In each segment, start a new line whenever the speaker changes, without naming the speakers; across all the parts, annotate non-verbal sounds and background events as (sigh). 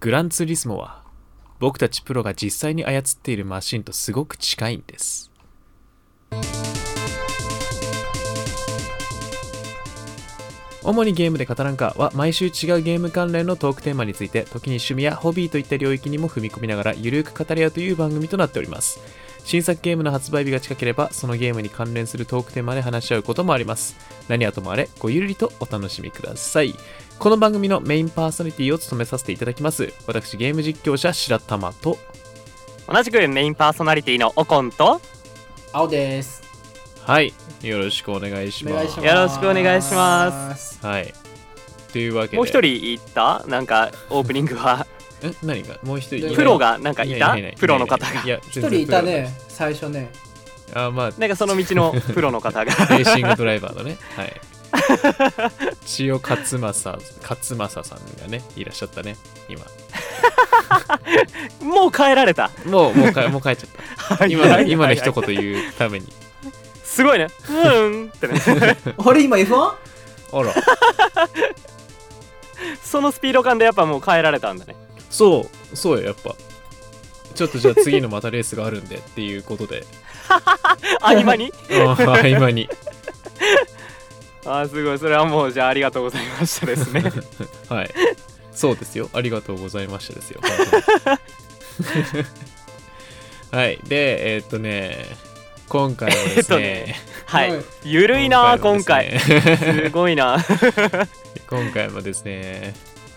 グランツーリスモは僕たちプロが実際に操っているマシンとすごく近いんです主にゲームで語らんかは毎週違うゲーム関連のトークテーマについて時に趣味やホビーといった領域にも踏み込みながらゆるく語り合うという番組となっております新作ゲームの発売日が近ければそのゲームに関連するトークテーマで話し合うこともあります何はともあれごゆるりとお楽しみくださいこの番組のメインパーソナリティを務めさせていただきます私ゲーム実況者白玉と
同じくメインパーソナリティのオコンと
青です。
はいよろしくお願いし
お
ま
願い
す
します。
よろしくお願いしま
はいというわけで
もう一人いたなんかオープニングは
え何がもう一 (laughs) 人いない
プロがなんか
い
い
な
た
いいない
プロの方が
いや
一人いたね、最初ね。
あーまあ
なんかその道のプロの
(laughs)
方が
レーシングドライバーのね、はい。
(laughs)
千代勝正勝正さんがね、いらっしゃったね、今。
もう帰られた
もう、もう (laughs) かもう帰っちゃった。今の今の一言言うために。
すごいねうんってね
(laughs)
(laughs)
あれ今 F1?
あら、
そのスピード感でやっぱもう帰られたんだね
そう、そうよ、やっぱ。ちょっとじゃあ次のまたレースがあるんでっていうことで、
合間に
あー合間に。
あーすごいそれはもうじゃあありがとうございましたで
(laughs)
すね
はい。そうですよ。ありがとうございましたですよ。はい。で、えーっとね、今回はですね、
はい
はい
ゆるいなー今
今回は (laughs)
回
ですね
すごいな
今回もですね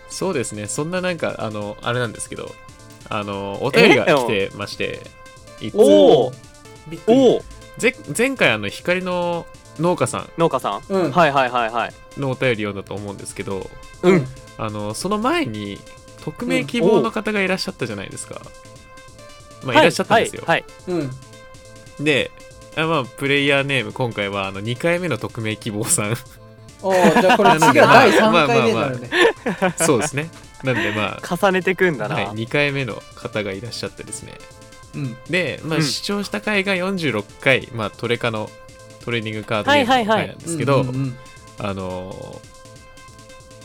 そうですねそんななんかあのあれなんですけどあのお便りが来てましていつ
おー
びっくり。
おお
ぜ前回あの光の農家さ
農家さん
うん。
はいはいはいはい
んのお便り読んだと思うんですけど
うん。
あのその前に匿名希望の方がいらっしゃったじゃないですか、まあ、いらっしゃったんですよ、
はいはい
うん。
であまあプレイヤーネーム今回はあの2回目の匿名希望さ
(laughs)
ん
おーじゃあこれ次が第3回目になるね。
そうですねなんで
(laughs)
ま
はい重ねてくんだ
あ、
な、
はい、2回目の方がいらっしゃってですね
うん。
で、まあ、
うん
視聴した回が46回、まあ、トレカのトレーニングカード
は
ゲー
い
ムの
はいは
回
い
なんですけど、
うんうんうん
あのー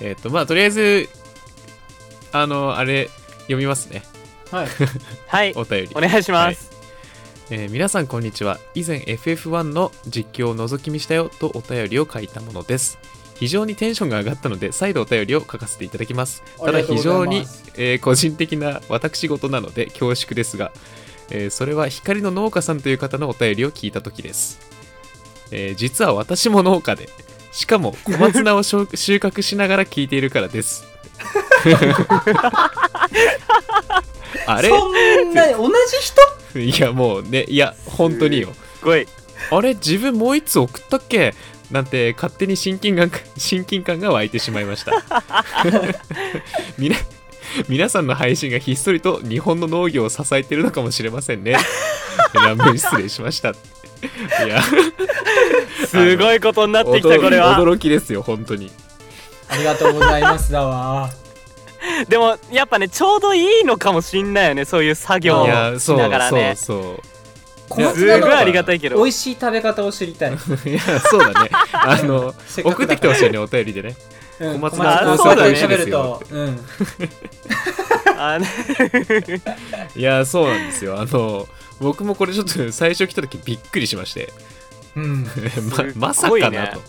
えっ、とまあとりあえずあのーあれ読みますね
はい。
はい
お便り
お願いします、
えー皆さんこんにちは以前 FF1 の実況を覗き見したよとお便りを書いたものです非常にテンションが上がったので再度お便りを書かせていただきますただ
ありがとう
非
ござい
常
ます
に、えー個人的な私事なので恐縮ですが、えーそれは光の農家さんという方のお便りを聞いた時です、えー実は私も農家でしかも小松菜をしょ収 (laughs) 穫しながら聞いているからです
(laughs)
あれ
そんな同じ人
いやもうねいや本当によ
すごい
あれ自分もう一つ送ったっけなんて勝手に親近感親近感が湧いてしまいました (laughs) みな皆さんの配信がひっそりと日本の農業を支えてるのかもしれませんね乱文失礼しましたいや
すごいことになってきたこれは
驚きですよ本当に
ありがとうございますだわ。
でもやっぱねちょうどいいのかもしんないよねそういう作
い
業をし
やそう
ながらねす
そう
小
いや
松
ご
菜
い
の
ありがたいけ
美
ど
味しい食べ方を知りたい。
そういやそうだねあの
せっか
送
くだから
ってきてほしいよねお便りでね
うん
小松
菜
小
そうだ
と
ね
食べると。うん。
あね
いやそうなんですよあの僕もこれちょっと最初来た時びっくりしまして
うん。
ごいね
(laughs) ままさかなと、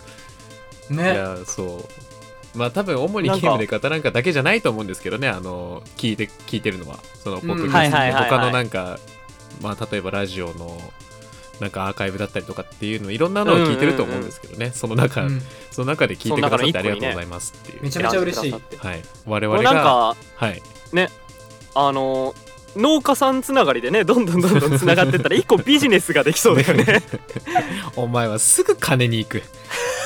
い
ね。
やそうまあ多分主にゲームで語らんかだけじゃないと思うんですけどねあの聞いて聞いてるのはそのポッドキャスト
はいはい
はいはい
他のなんかまあ例えばラジオのなんかアーカイブだったりとかっていうのいろんなのを聞いてると思うんですけどね、その中、
うん
その中で聞いてくださって
そ
あ
の中の一個
り
にね
がとうございますっていう
めちゃめちゃ嬉し
選
い
んでくださ
はい我
っても
々
うな
が
んか
はい
あの農家さんつながりでねどんどんどんどんつながってったら一個ビジネスができそうだよ
(laughs)
ね
(laughs) お前はすぐ金に行く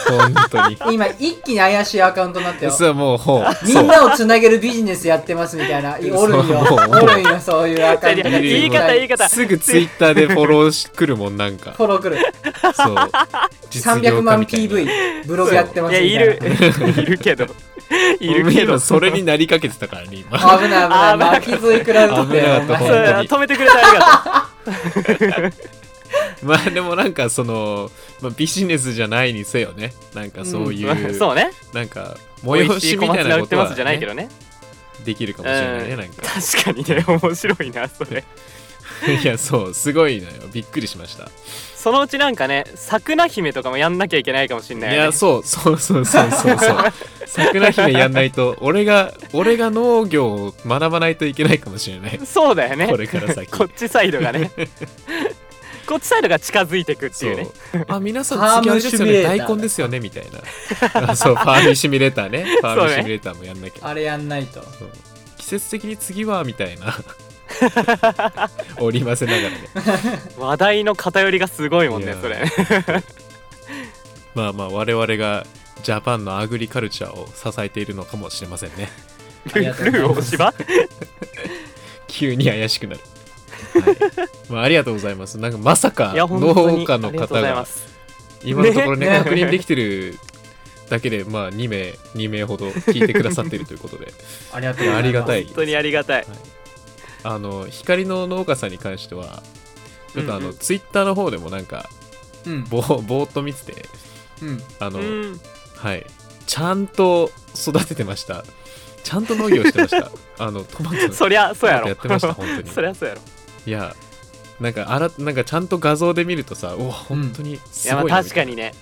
本当に
今一気に怪しいアカウントになったよ。
そうもうほう
みんなをつなげるビジネスやってますみたいな。おるんよ。
そう
おるんよ、そういうアカウントが。
言い
方言い方
すぐツイッターでフォローし来るもんなんか
フォローくる。
そう
300万
実業家みたいな
PV、ブログやってま
い
す
や
み
い
たいな。
るいるけどいる
俺
け
今
ど
それになりかけてたからね今
危ない危ない。巻き添い食らうとって。
危なかった
お
そ
本
う
当に
前
止めてくれてありがと
(laughs) まあでもなんかその、まあ、ビジネスじゃないにせよね (laughs) なんかそういう、
うそうね
なんか
美味
催
し
し
い小
みたい
松菜
な
売
こ
っ
と
てま
は、
すじゃないけ
ね、
どね
できるかもしれないね、
うん
なんか
確かにね面白いなそれ
いやそうすごいのよびっくりしました
そのうちなんかね桜姫とかもやんなきゃいけないかもしんない
い
よね
やそうそうそうそうそうそう桜姫やんないと俺が俺が農業を学ばないといけないかもしれない
そうだよね
これから先
こっちサイド
(laughs)
がねこっちサイドが近づいてくって
そ
いううね
あ皆さ
ファ
ん
ー
次あれ
ム
ですよ
シミ
ね
ュレーター
大根ですよねみたいな (laughs) あそうファームシミュレーターねファー
(laughs) そう
ム
ね
シミュレーターもやんなきゃ、
あれやんないと
そう季節的に次はみたいな (laughs) 織り交ぜながらね
話題の偏りがすごいもん
い
ね
や
それ
まあまあ我々がジャパンのアグリカルチャーを支えているのかもしれませんね (laughs)
あり
ル
がとうございま
ー大芝
す
急に怪しくなる、はいまあ、ありがとうございますなんかまさか
いや本当に
農家の
ありがとう
方
ございま
が
す
今のところね
ね
確認できてるだけでまあ2名2名ほど聞いてくださっているということで
(laughs)
ありがとうございます
ありがたい
本当にありがたい
あの光の農家さんに関してはちょっとあの、
うんうん
ツイッターの方でもなんか
うん
ぼぼーっと見てて
うん
あの、
うん
はいちゃんと育ててましたちゃんと農業してました
(laughs)
あのトマト
そりゃそうやろ
やってました本当に
(laughs) そりゃそうやろ
いやなんかあらなんかちゃんと画像で見るとさうわ本当に
い
す
やま
ご
あ
いな、
確かにね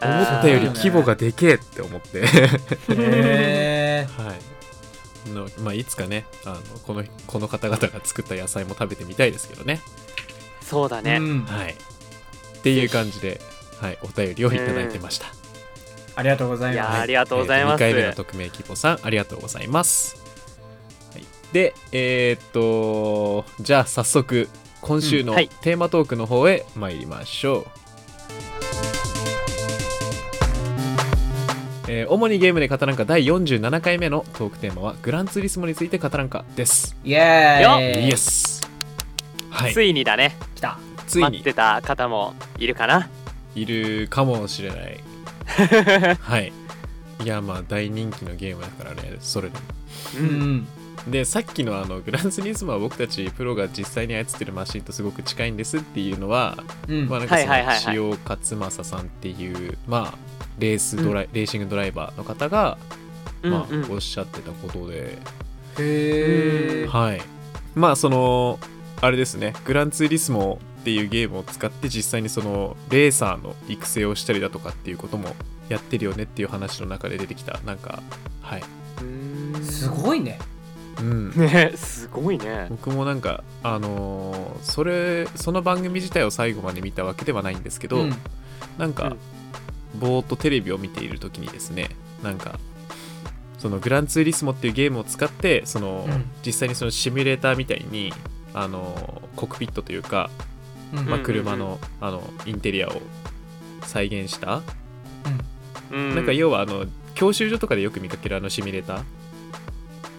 思ったより
あー
規模がでけえって思って、
へえ
はい (laughs) のまあ、いつかねあのこのこの方々が作った野菜も食べてみたいですけどね、
そうだね
うん
はい、っていう感じで、はい、お便りをいただいてました、
ありがとうござ
い
い
やー
ま
あ
す
りがとうございます
2回目の匿名希望さんありがとうございます、はい、でえーっとじゃあ早速今週
う
の
んはい
テーマトークの方へ参りましょう、えー主にゲームで語らんか第47回目のトークテーマはグランツーリスモについて語らんかです、
イエーイ
イエスはい
ついにだね
来た
つい
待っ
に
てた方もいるかない
るかもしれないはいいやまあ大人気のゲームだからねそれでも
う
うんん
でさっきのあのグランツーリスモは僕たちプロが実際に操ってるマシンとすごく近いんですっていうのは、
うん
まあなんかその
はいはいはいはい
塩勝正さんっていうまあレースドライ、レーシングドライバーの方が、
うん
まあ
うん
おっしゃってたことで、
へえ
はいまあそのあれですねグランツーリスモっていうゲームを使って実際にそのレーサーの育成をしたりだとかっていうこともやってるよねっていう話の中で出てきたなんかはい、
すごいね
うん、
ねすごいね
僕もなんかあのーそれその番組自体を最後まで見たわけではないんですけど、
ん
なんか、ぼーっとテレビを見ている時にですねなんかそのグランツーリスモっていうゲームを使ってその、
うん
実際にそのシミュレーターみたいにあのーコックピットというか、
うん
まあ、
うん
車の,、あのインテリアを再現した、
な
なんか要はあの教習所とかでよく見かけるあのシミュレーター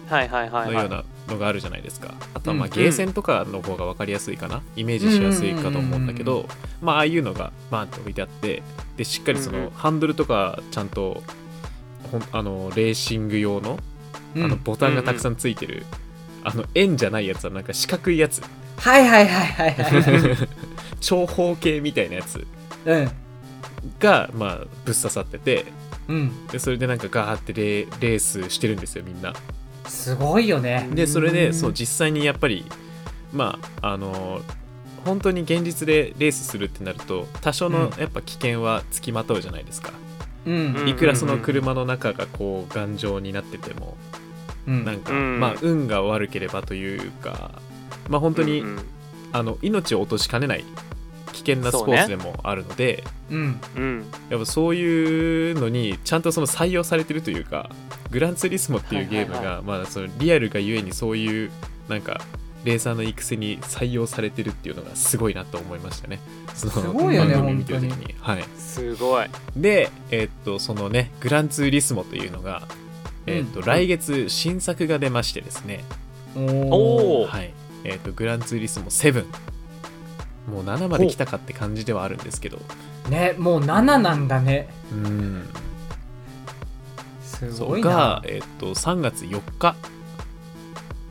はいはいはい
の
は
よう
い
なのがあるじゃないですか、あとはまあ
うん
ゲーセンとかの方が分かりやすいかなイメージしやすいかと思うんだけ
うん
ど、まあああいうのがバーンと置いてあってでしっかりそ
うんう
の
ん
ハンドルとかちゃんとほんあのレーシング用のあ
う
の
ん
ボタンがたくさんついてる、あの円じゃないやつはなんか四角いやつ
はいはいはいは
(laughs)
いはい
長方形みたいなやつ
うん
がまあぶっ刺さってて
うん
でそれでなんかガーってレーレースしてるんですよみんな。
すごいよね
でそれ
う
で
ん
そう実際にやっぱりまああの本当に現実でレースするってなると多少の
うん
やっぱ危険はつきまとうじゃないですか、
うん
いくらその車の中がこう頑丈になってても
うん
なんか、
うん
まあ運が悪ければというかまあ本当に、
うん
あの命を落としかねない危険なスポーツでもあるので、
うん
うん
やっぱそういうのにちゃんとその採用されてるというかグランツーリスモっていうゲームが、
はいは
まあ、そのリアルがゆえにそういうなんかレーサーの育成に採用されてるっていうのがすごいなと思いましたね。その
すごいよね
番組見てる時
本
にはい、
すごい
で、えっとそのねグランツーリスモというのが、えっと
うん
来月新作が出ましてですね、
おー
はいえっとグランツーリスモ7もう7まで来たかって感じではあるんですけど
ねもう7なんだね
うん
す
そ
ご
う
い
が
な、
えっと3月4日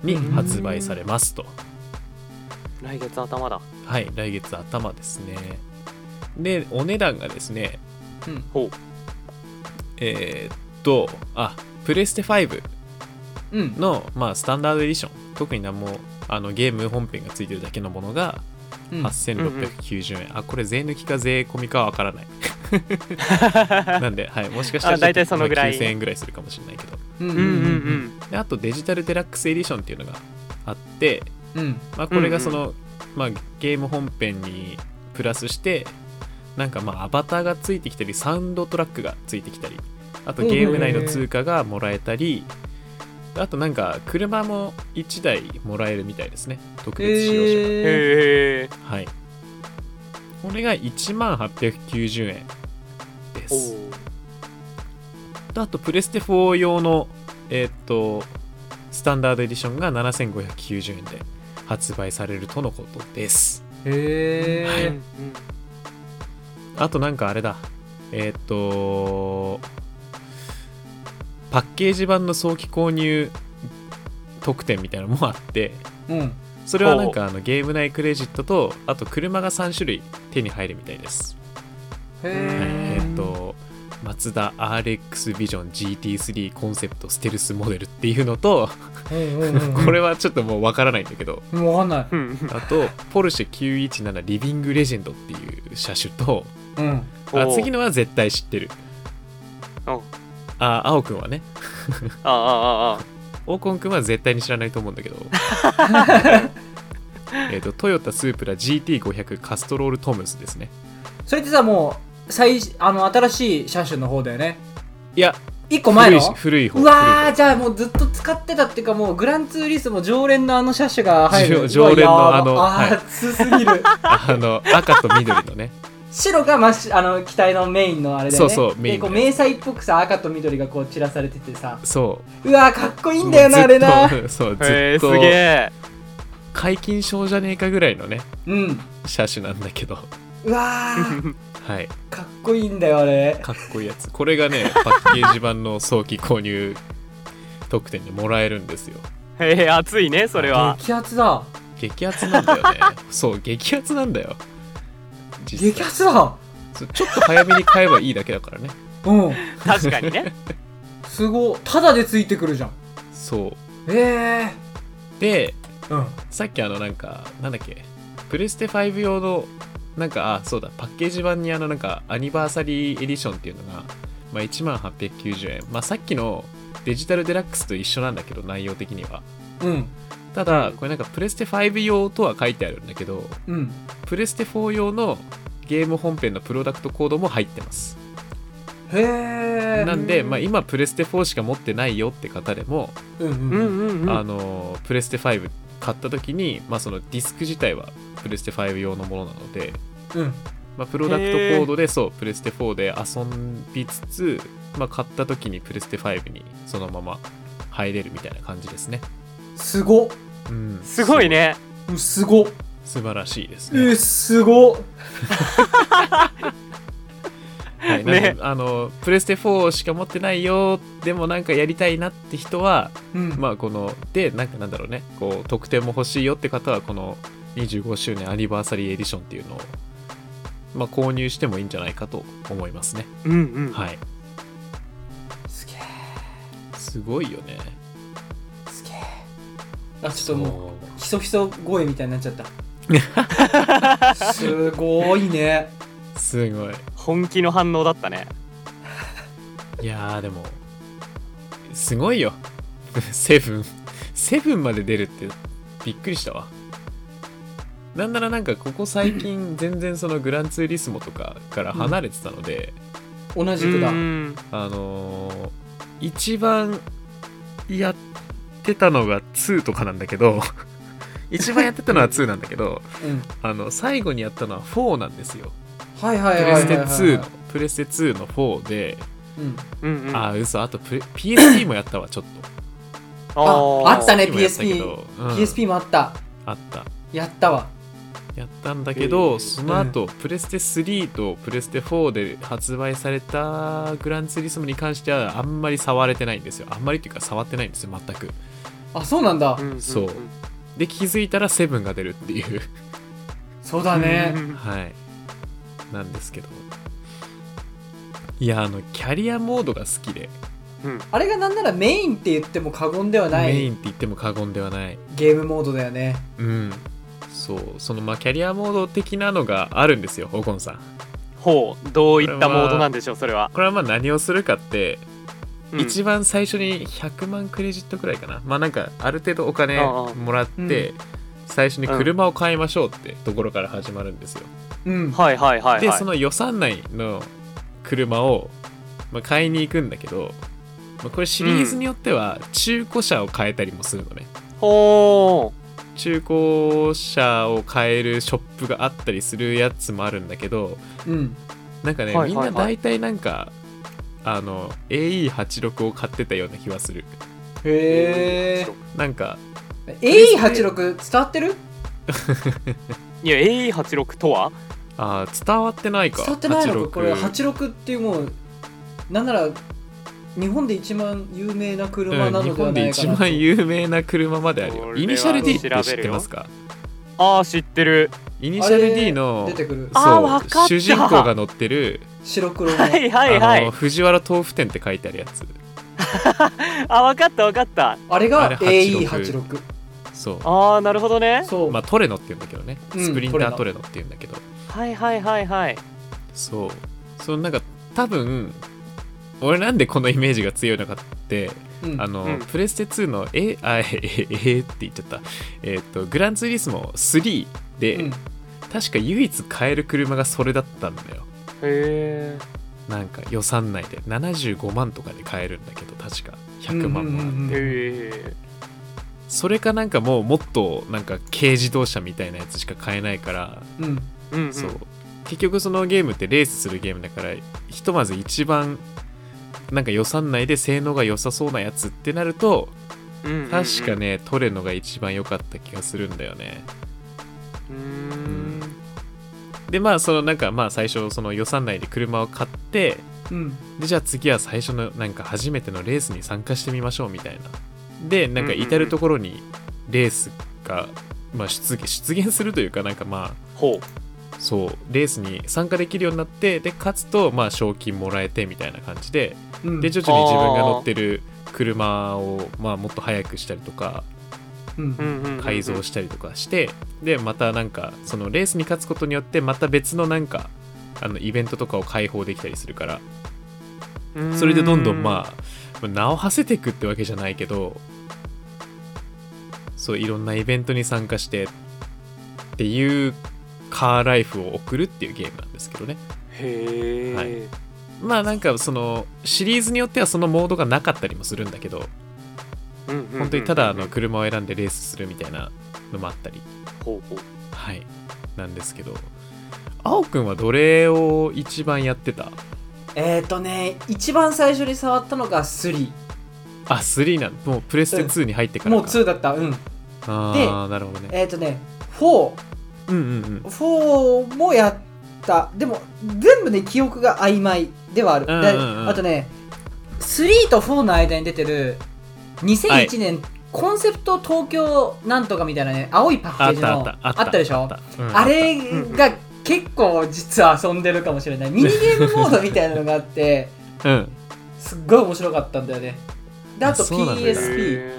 に発売されますと、
来月頭だ
はい来月頭ですねでお値段がですね
うん
ほう
えーっとあプレステ5
うん
の、まあ、スタンダードエディション特に何もあのゲーム本編がついてるだけのものが
うん
8690円、あこれ税抜きか税込みかわからないなんで、はい、もしかしたら
あ大体そのぐらい
9000円ぐらいするかもしれないけど
うん
(laughs)
う
うんうんん
であとデジタルデラックスエディションっていうのがあって、
うんうん
まあ、これがその、まあ、ゲーム本編にプラスしてなんかまあアバターがついてきたりサウンドトラックがついてきたりあとゲーム内の通貨がもらえたりあとなんか車も1台もらえるみたいですね特別使用者が、
うん
えー
へえ
はいこれが1万890円で
お
す
ー
とあとプレステ4用のえーっとスタンダードエディションが7590円で発売されるとのことです
へー
あとなんかあれだえーっとパッケージ版の早期購入特典みたいなのもあって
うん
それはなんかあのゲーム内クレジットとあと車が3種類手に入るみたいです
へ
はいえ
え
ーっとマツダ RX ビジョン GT3 コンセプトステルスモデルっていうのと
うんうんうん
これはちょっともうわからないんだけど
もうわかんない
うんうん
あとポルシェ917リビングレジェンドっていう車種と
うん
あ
おー
次のは絶対知ってる
お
あ青くんはね
ああああ
オーコンくんは絶対に知らないと思うんだ
(laughs)
けどえーとトヨタスープラ GT500 カストロールトムスですね
それってさもう最あの新しい車種の方だよね
いや
一個前の
古いし古い方
うわ
古
ーじゃあもうずっと使ってたっていうかもうグランツーリスモ常連のあの車種が入る
常常連の
うわやば
あのはい
熱すぎる
い方あの赤と緑のね
白が真っ白あの機体のメインのあれだよね
そうそうメイン
でこう迷彩っぽくさ赤と緑がこう散らされててさ
そう
わーかっこい
い
いんだよなあれな
そうず
へえ
っ
す
と (laughs)
げえ
解禁症じゃねえかぐらいのね
うん
車種なんだけど
う
(laughs)
わー
はい
かっこいいんだよあれ
かっこいいやつこれがねパッケージ版の早期購入特典でもらえるんですよ
へえ熱いねそれは
激アツだ
激アツなんだ
(laughs)
よねそう激アツなんだよ実際
激アツだ
そうちょっと早めに買えばいいだけだからね
うん
確か
(laughs)
にね
すごいただでついてくるじゃん
そう
ええ
で
ー、うん
さっきあのなんかなんだっけプレステ5用のなんかあそうだパッケージ版にあのなんかアニバーサリーエディションっていうのが、まあ、1万890円まあさっきのデジタルデラックスと一緒なんだけど内容的には
うん
ただこれなんかプレステ5用とは書いてあるんだけど
うん
プレステ4用のゲーム本編のプロダクトコードも入ってます
へえ
なんで、まあ、今プレステ4しか持ってないよって方でも、
うんうん
う
うん
んうんう
あ
ん
のプレステ5買った時に、まあ、そのディスク自体はプレステ5用のものなので、
うん
まあ、プロダクトコードでそうプレステ4で遊びつつ、まあ、買った時にプレステ5にそのまま入れるみたいな感じですね、
すごっ
うん、
すごいね
うんすごっ
素晴らしいです
え
ね
ー、すごっ
はい、なんで
ね
あのプレステ4しか持ってないよでもなんかやりたいなって人は
うん
まあこのでなんかなんだろうねこう特典も欲しいよって方はこの25周年アニバーサリーエディションっていうのを、まあ、購入してもいいんじゃないかと思いますね
うんうん
はい
すげえ
すごいよね
すげえあちょっともう
そう
ひそひそ声みたいになっちゃった
(laughs)
すごいね
すごい
本気の反応だったね
いやーでもすごいよ (laughs) セブン (laughs) セブンまで出るってびっくりしたわなんならなんかここ最近全然そのグランツーリスモとかから離れてたので、
同じくだ
うん
あのー一番やってたのが2とかなんだけど (laughs) 一番やってたのは2なんだけど
うん
あの最後にやったのは4なんですよ
はいは
プ
いは
レ
いはい
ステ2
は
の
い
プレステ2の4で、
うん
うんうん
あー嘘あとプレ PSP もやったわちょっと
ー
ああったね
PSP もやったけどうん
PSP もあった
あった
やったわ
やったんだけど、
えー
その後、プレステ3とプレステ4で発売されたグランツーリスモに関してはあんまり触れてないんですよあんまりっていうか触ってないんですよ全く
あそうなんだ
うんんん
そうで気づいたらセブンが出るっていう (laughs)
そうだね
うんうん
はい。なんですけど。いや、あの、キャリアモードが好きで、
うん
あれがなんならメインって言っても過言ではな
メイン
い
って言っても過言ではない
ゲームモードだよね
うんそうそのまあキャリアモード的なのがあるんですよホコンさん
ほうどういったモードなんでしょうそれは、
これはまあ何をするかって、
うん
一番最初に100万クレジットくらいかなまあなんかある程度お金
ああ
もらって、
う
最初に車を買いましょうってところから始まるんですよ、
うん
はいはいはいはい
でその予算内の車を、まあ、買いに行くんだけど、まあ、これシリーズによっては中古車を買えたりもするのね、
ほ
中古車を買えるショップがあったりするやつもあるんだけど
うん
なんかね、
はいはいはい
みんな大体なんかあの AE86 を買ってたような気はする
う
へえ
なんか
AE86 伝わってる
いや AE86 とは
あー伝わってないか
伝わってないの
86
かこれ86っていうもうなんなら日本で一番有名な車
う、
なん
日
のでは
本
な
で
いか
一
なと、
番有名な車まである
これ
よ
は
イニシャル D って知ってますか
ああ知っ
(laughs)
てる
イニシ
あ
ャ
れ
ル D の
出てくる
あーわかった
そう主人公が乗ってる
白黒の、
はいはいは
あの
い
藤原豆腐店って書いてあるやつ
あわかったわかった
あれ
あれ
が
86
AE86
そう
ああなるほどね
そう、
まあトレノって言うんだけどね
うん
スプリンタート
ト
レノっていうんだけど、
はいはいはいはい
そうそのなんか多分俺なんでこのイメージが強いのかって
うん
あの、
うん
プレステ2の A あえええって言っちゃったえっ、とグランツーリスモ3で、
うん
確か唯一買える車がそれだったんだよ
へえ
なんか予算内で75万とかで買えるんだけど確か100万もらって、
うんうんうん
へえ
それかなんかもうもっとなんか軽自動車みたいなやつしか買えないから、
うん
うんうん
そう結局そのゲームってレースするゲームだからひとまず一番なんか予算内で性能が良さそうなやつってなると
うんうんうん
確かね、トレノが一番良かった気がするんだよね
うーん
でまあそのなんかまあ最初その予算内で車を買って
うん
でじゃあ次は最初のなんか初めてのレースに参加してみましょうみたいなでなんか至る所にレースが、まあ、出現出現するというかなんかま
ほ
あそうレースに参加できるようになってで勝つとまあ賞金もらえてみたいな感じで
うん
で徐々に自分が乗ってる車をまあもっと速くしたりとか
う
うう
ん
んうんうんうん
改造したりとかしてでまたなんかそのレースに勝つことによってまた別のなんかあのイベントとかを開放できたりするからそれでどんどんまあまあ名を馳せていくってわけじゃないけどそういろんなイベントに参加してっていうカーライフを送るっていうゲームなんですけどね
あへえ、
はいまあなんかそのシリーズによってはそのモードがなかったりもするんだけど
うんうんうんうん
本当にただあの車を選んでレースするみたいなのもあったり
ほうほう
はいなんですけど青くんはどれを一番やってた
えっ、ー、とね一番最初に触ったのが3
あ3なんもうプレステ2に入ってからか
もう2だったうん
ああなるほどね
えっ、ー、とね44
うんうんうん
もやったでも全部ね記憶が曖昧ではある、
うんうん
で
うん
あとね3と4の間に出てる2001年、コンセプト東京なんとかみたいなね青いパッ
あ
ケ
っ
ージ
たあ
の
ったあった
でしょ
あったうん
あれが結構実は遊んでるかもしれないミニゲームモードみたいなのがあ
(laughs)
って
うん
すっごい面白かったんだよねであと
あそうなんだ
PSP
へ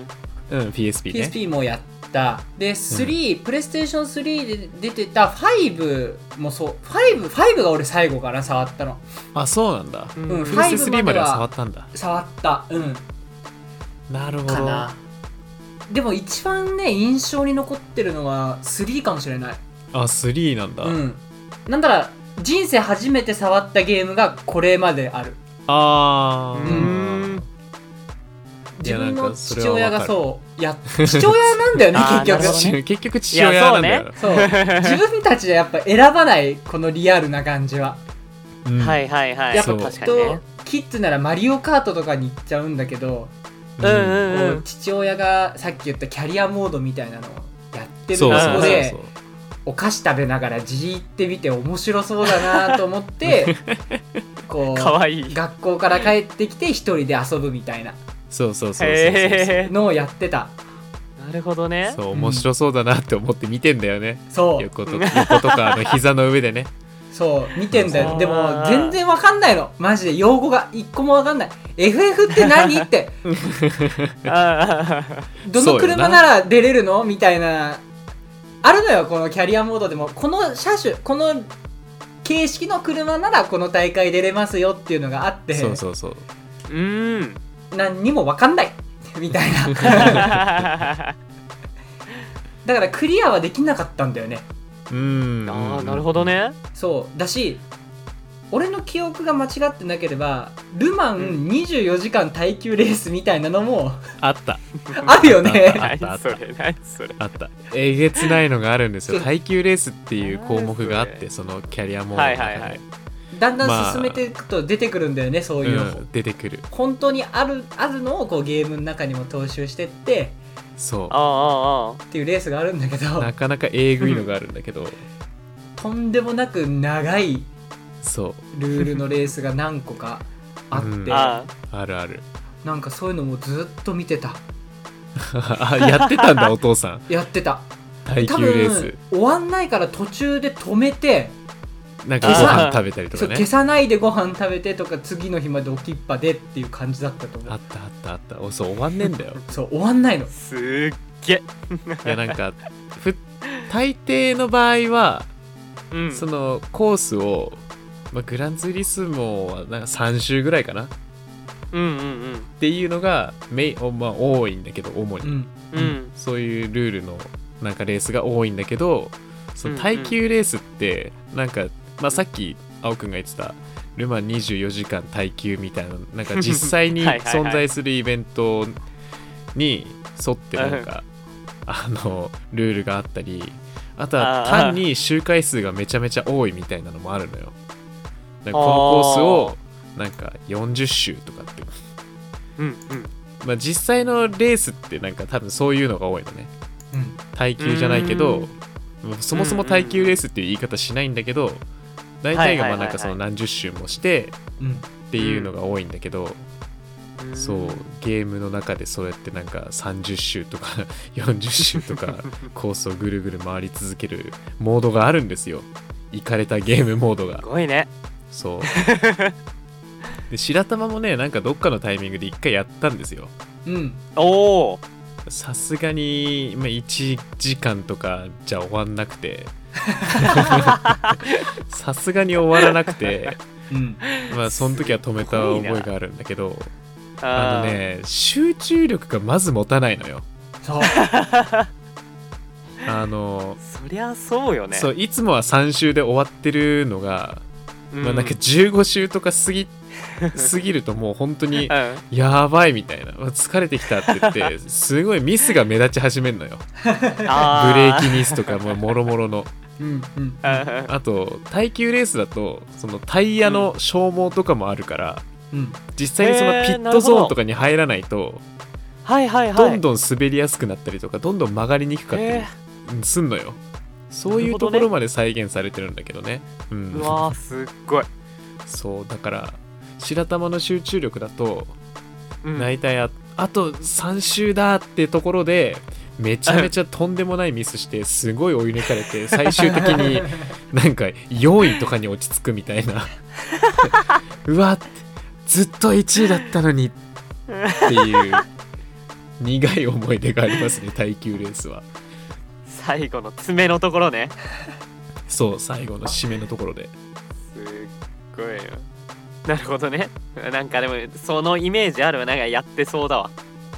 うん PSP ね
PSP もやったで3、プレイステーション3で出てた5もそう5 5が俺最後から触ったの
あそうなんだ
え
うん
プレステ3
5
ま
ま
で
で
は
は
触ったんだ
触ったうん
なるほど
かなでも一番ね印象に残ってるのは3かもしれない
あ3なんだ、
うんなんだら人生初めて触ったゲームがこれまである
あ
う
ー
ーん
い
自
や
分
なん
の
かそれ
父
はわか
親
る
がそうや父親なんだよ
(laughs)
ね
あーなるほど
結
父
局
ね
親結局父親なんだ
い
よ
や
そう
(laughs)
自分たちでやっぱ選ばないこのリアルな感じは
うん
はいはいはい
やっ
ぱ
そう確かに
と
ね
キッズならマリオカートとかに行っちゃうんだけど、
う
うん
ん
うんう
こうん父親がさっき言ったキャリアモードみたいなのをやってる
そ
とこ
う
あ
そうそう
こ
そう
でお菓子食べながらじーって見て面白そうだなと思って
(laughs)
こ
か
う
わいい
学校から帰ってきて一人で遊ぶみたいな
そうそうそうそうそうそう
へえ
のをやってた
なるほどね
そう面白そうだなって思って見てんだよね
そう
横と横とかあの膝の上でね
そう見てんだ
あ
よ
ー
でも全然わかんないのマジで用語が一個もわかんない FF って何って
あー
どの車なら出れるのみたいなあるのよこのキャリアモードでもこの車種この形式の車ならこの大会出れますよっていうのがあって
そうそうそう
うーん
何にもわかんない (laughs) みたい
(laughs)
な
あ
だからクリアはできなかったんだよね
うん
あなるほどね
そうだし俺の記憶が間違ってなければルマン24時間耐久レースみたいなのも
あった
あるよね
あったあ
何
っ
そ
た
れ何それ
あったえげつないのがあるんですよ
そう
耐久レースっていう項目があっ
何そ
て
れ
そのキャリアモード
は
の
い
中
は
で
いはい
だん
ま
だ
あ
ん進めていくと出てくるんだよねそういうの、
うん出てくる
本当にあるあるのをこうゲームの中にも踏襲してって
そ
ああああ
っていうレースがあるんだけ
う
ど
なかなかえぐいのがあるんだけど
とんでもなく長い
そう
ルールのレースが何個かあって、
うん
あ
あるある (laughs)
なんかそういうのもずっと見てた
あやってたんだお父さん
やってた
耐
多
久レー
分
ス
終わんないから途中で止めて
なんかご飯食べたりと
そ
か
う消
ね
さないでご飯食べてとか次の日まで起きっぱでっていう感じだったと思
あ
う
ったあったあったおそう終わんねえんだよ
そう終わんないの
あすっげえ
いやなんかふ大抵の場合は
うん
そのコースを、まあ、グランツーリスモはなんか3周ぐらいかなっ
うんうん
ていうのがメイン、おまあ、多いんだけど主
う
に、
ん
うんうん
そういうルールのなんかレースが多いんだけどその
うんうん
耐久レースってなんか、まあ、さっき青くんが言ってたルマン24時間耐久みたいななんか実際に
(laughs) はいはいはい
存在するイベントに沿ってなんかあのルールがあったりあとは
あー
単に周回数がめちゃめちゃ多いみたいなのもあるのよ。なんかこのコースをなんか40周とかって、
うんうん
まあ、実際のレースってなんか多分そういうのが多いのね。
うん
耐久じゃないけど
うん
まあそもそも耐久レースっていう言い方しないんだけど大体がまあ
はいは
なん
いはいはい
かその何十周もして
うん
っていうのが多いんだけど、そうゲームの中でそうやってなんか30周とか (laughs) 40周と
(laughs)
かコースをぐるぐる回り続けるモードがあるんですよいかれたゲームモードが
すごいね (laughs)
そうで白玉もねなんかどっかのタイミングで一回やったんですよ
うん
おお
さすがに、まあ、1時間とかじゃ終わんなく
(laughs)
てさすがに終わらなくて
うん
まあその時は止めた
すごいな
覚えがあるんだけどあのね集中力がまず持たないのよ (laughs)
そう
あの、
そりゃそうよね
そういつもは3周で終わってるのが、
うん
まあ、なんか15周とか過
(laughs)
ぎ過ぎるともう本当に
うん
やばいみたいなまあ疲れてきたって言って
(laughs)
すごいミスが目立ち始めるのよブレーキミスとかももろもろの
うんうん
あ
あと耐久レースだとそのタイヤの消耗とかもあるから、
うん
実際にその
へー
ピッ
な
ト
るほ
ゾ
ど
ーンとかに入らないと
はいはいはい
どんどん滑りやすくなったりとかどんどん曲がりにくかったり
へ
うんすんのよそういうところまで再現されてるんだけどねうん
うわーすっごい、
そうだから白玉の集中力だと
うん
大体ああと3周だってところでめちゃめちゃとんでもないミスしてすごい追い抜かれ
(laughs)
て最終的になんか4位とかに落ち着くみたい
(laughs)
なうわずっと1位だったのにっていう苦い思い出がありますね耐久レースは
最後の爪のところね
そう最後の締めのところ
(laughs)
です
っごいよなるほどねなんかでもそのイメージあるわなんかやってそうだわ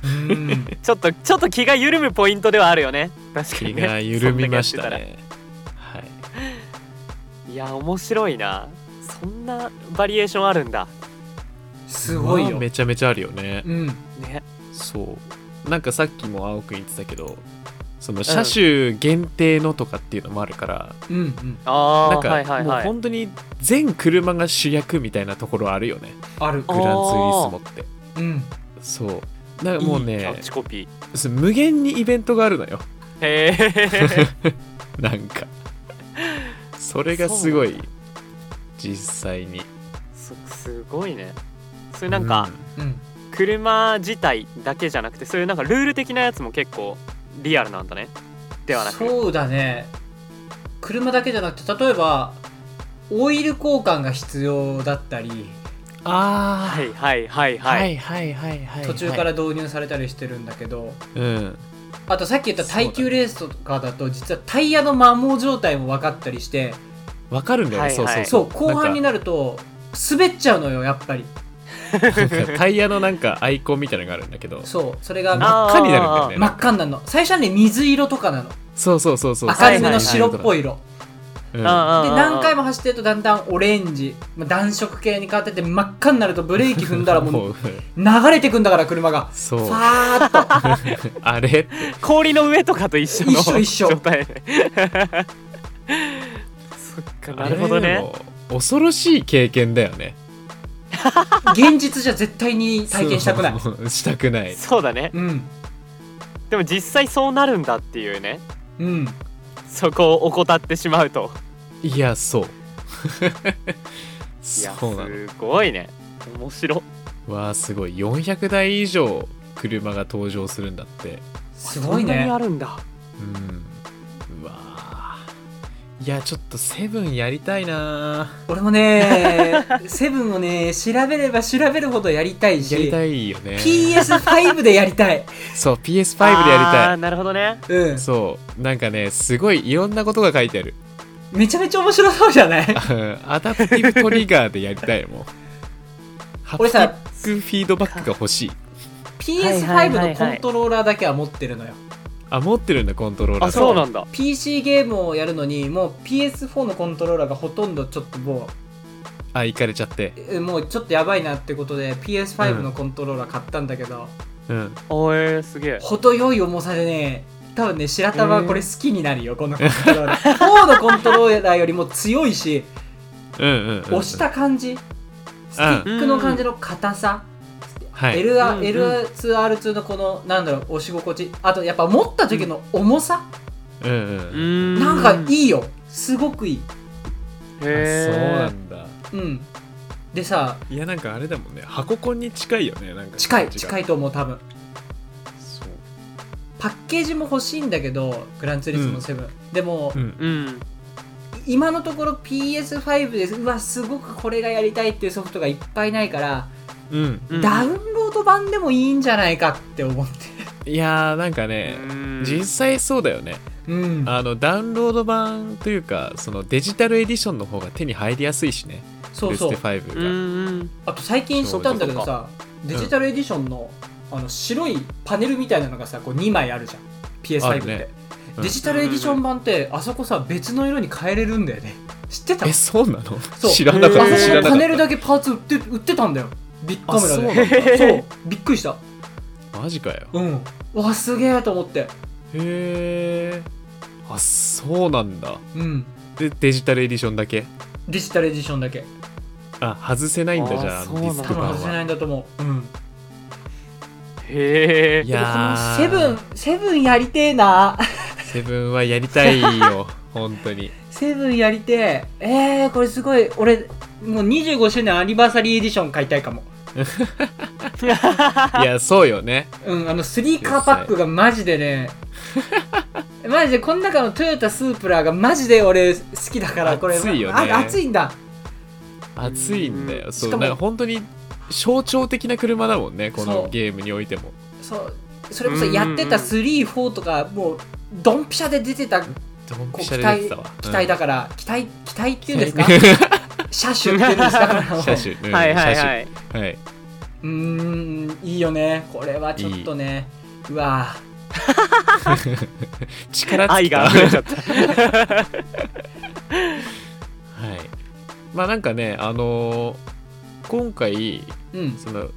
うん
ちょっとちょっと気が緩むポイントではあるよね確か
気
に、ね、
が緩みました
そんだけやっ
ね
て
はい
たらいや面白いなそんなバリエーションあるんだ
すごい
まあ
よ
めちゃめちゃあるよね
うん
ね
そうなんかさっきも青くん言ってたけどその車種限定のとかっていうのもあるから、
うんうん
ああ
なん
はい
か
はい
もう
はい
本当に全車が主役みたいなところあるよね
ある
グランツーリスモって
うん
そうだからもう
いいキャ
ね
ッチコピー
そう無限にイベントがあるのよ
へえ
なんかそれがすご
そう
い実際に
すすごいねそれなんか、
うん
車自体だけじゃなくてそういうなんかルール的なやつも結構リアルなんだねではなく
そうだね車だけじゃなくて例えばオイル交換が必要だったり、
あ
はいはいはい
あ、は
はい
い、はいはいはい
途中から導入されたりしてるんだけど、
うん
あとさっき言った耐久レースとかだと、実はタイヤの摩耗状態も分かったりして、
わかるんだよね、
はいはい
そうそう
そう、後半になると、滑っちゃうのよ、やっぱり。
なんかタイヤのなんかアイコンみたいなのがあるんだけど
そう、それが
あ
真っ赤になるんだよね
真っ赤になるの。最初はね、水色とかなの。
そうそうそうそう
明るめの白っぽ
い、
い色。
うん
あ
で
ー
何回も走ってるとだんだんオレンジまあ暖色系に変わってって真っ赤になるとブレーキ踏んだらもう
う
流れてくんだから車が
そ
フ
う
ァーっと
(laughs) あれ
氷の上とかと一緒の
一緒一緒
状態 (laughs) そっかなるほど
あれ
ね
も恐ろしい経験だよね
現実じゃ絶対に体験したくない
そうしたくない
そうだね
うん
でも実際そうなるんだっていうね
うん
そこを怠ってしまうと
いやそう
いや
そうなの
すごいね面白
わあすごい400台以上車が登場するんだって
すごい
そんなに
ね
あるんだ
うんうわあいやちょっとセブンやりたいな
俺もね (laughs) セブンをね調べれば調べるほどやりたい
やり
した
いよね
PS5 でやりたい
そう PS5 でやり
あ
た
ーなるほどね
うん
いそうなんかねすごいいろんなことが書いてある (laughs)
めちゃめちゃ面白そうじゃない
アダプティブトリガーでやりたいもんハプ
俺
テ
さ
ィックフィードバックが欲しい
PS5 のコントローラーだけは持ってるのよ
あ持ってるんだコントローラー
あそうなんだ
PC ゲームをやるのにもう PS4 のコントローラーがほとんどちょっともう
あ行かれちゃって
えもうちょっとやばいなってことで PS5 のコントローラー買ったんだけど、
うん
おえー、すげえ
程よい重さでね多分ね白玉はこれ好きになる
(laughs)
よ、このコントローラー4のコントローラーよりも強いし
うんうん、うん、
押した感じスティックの感じの硬さ、
はい
L-
うんうん
L2R2 のこのなんだろう押し心地あとやっぱ持った時の重さ、
うんうん
うーん
なんかいいよすごくいい
そうな
へえ
んだ
うんでさ
いやなんかあれだもんね箱コンに近いよねなんか
近い近
い
いと思う多分
そう
パッケージも欲しいんだけどグランツーリスモ7、でも、
うん
うん
今のところ PS5 ですうわすごくこれがやりたいっていうソフトがいっぱいないから、
うん
うん
ダウンロード版でもいいんじゃないかって思って
いやーなんかね
うん
実際そうだよね
うん
あのダウンロード版というかそのデジタルエディションの方が手に入りやすいしね
そうそう
プレステ5
う
が、
ん
あと最近知ったんだけどさデジタルエディションの,、あの白いパネルみたいなのがさこう2枚あるじゃん PS5
あ
っ
る
て、
ねうん
デジタルエディション版ってあそこさ別の色に変えれるんだよね知ってた
えそうなの
そう
知らなかっ
あ
た
そ
知
こ
らな
のパ
か
ネル
っ
だけパーツ売って売ってたんだよビッグカメラ
あそう
で
なん
だ
そうびっくりした
たマジかよ
うんわすげえと思って
へえあそうなんだ
うん
でデジタルエディションだけ
デジタルエディションだけ
あ外せないんだじゃあ
あ
あ
そうな
の
ん
デ
だ
ィス
多
ク
分
版
外せな
はい
んだと思ううん
へえ
い
でもこの
や
セブンセブンやりてえな (laughs)
ンセブンはやりたいよ (laughs) 本当に
セブンやりてええー、これすごい俺もう25周年アニバーサリーエディション買いたいかも
いやそうよね
うんあの3カーパックがマジでね
(laughs)
マジでこの中のトヨタスープラがマジで俺好きだからこれ
熱いよね
あ熱いんだ
熱いんだよそう
しかも
なんか本当に象徴的な車だもんねこ
そ
の
う
ゲームにおいても
そうそれこそやってた34とかもうドンピシャで出てた
ドン
こう
ピ
期
シャで出
待
てたわ
期待だ
か
から、期待期待っていうんですか車種っていうんですかこの
車種うん
はいは
車
いはい
種はいう
ーんいいよねこれはちょっとねうわぁ
力つ
愛
きた
が溢れちゃった
はいまあなんかねあのー今回
うん
その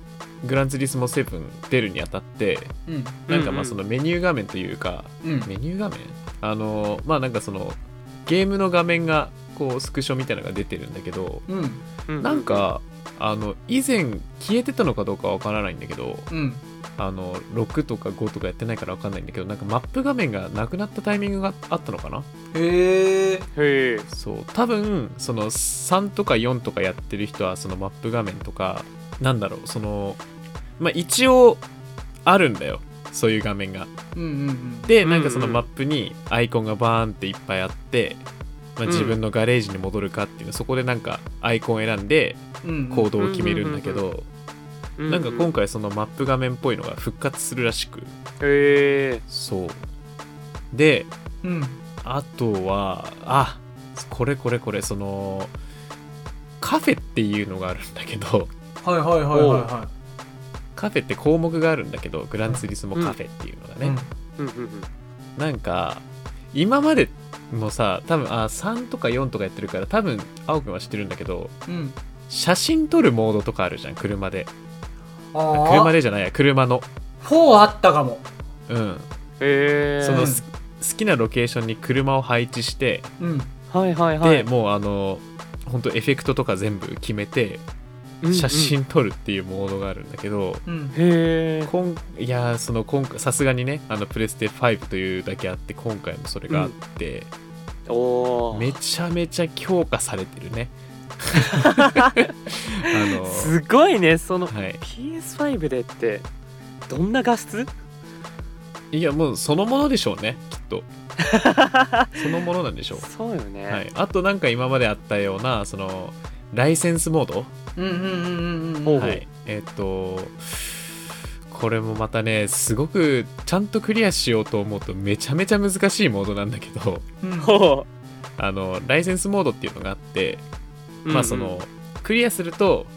グランツーリスモ7出るにあたって
うん
なんかま
うんう
あ
ん
そのメニュー画面というか、
うん
メニュー画面あのーまあなんかそのゲームの画面がこうスクショみたいなのが出てるんだけど
うん
なんかあの以前消えてたのかどうかわからないんだけど
うん
あの6とか5とかやってないからわかんないんだけどなんかマップ画面がなくなったタイミングがあったのかな
へえ
へえ
そう多分その3とか4とかやってる人はそのマップ画面とかなんだろうそのまあ一応あるんだよそういう画面が
うんうんうん
でなんかその
うんうん
マップにアイコンがバーンっていっぱいあってまあ、
ん
自分のガレージに戻るかっていう、そこでなんかアイコン選んで
うん
行動を決めるんだけど、
う
なんか今回そのマップ画面っぽいのが復活するらしく
へえ
そうで
うん
あとはあこれこれこれそのカフェっていうのがあるんだけど (laughs)
はいはいはいはいは
カフェって項目があるんだけどグランツーリスモカフェっていうのが
い
ね、
うん
うんうんうん
なんか今までもさ多分あ3とか4とかやってるから多分青くんは知ってるんだけど
うん
写真撮るモードとかあるじゃん車で
ああ
車でじゃないや車の
4あったかも
うん
へえ
その
うん
す好きなロケーションに車を配置して
うん
はいはいは
で
い
もうあの本当エフェクトとか全部決めて
うんうん
写真撮るっていうモードがあるんだけど、
うん
へえ
こんいやーその今回さすがにねあのプレステ5というだけあって今回もそれがあって、
おー
めちゃめちゃ強化されてる
(laughs)
ねあの
すごいねその
はい
PS5 でってどんな画質
いやもうそのものでしょうねきっ
(laughs)
とそのものなんでしょう
そうよね、
はい、あとなんか今まであったようなそのライセンスモー
うんうんうんうん
ほ
ド、
う
は
ほう
い、えっとこれもまたねすごくちゃんとクリアしようと思うとめちゃめちゃ難しいモードなんだけど (laughs)
うん
ほ
あのライセンスモードっていうのがあって、
う
まあそのクリアすると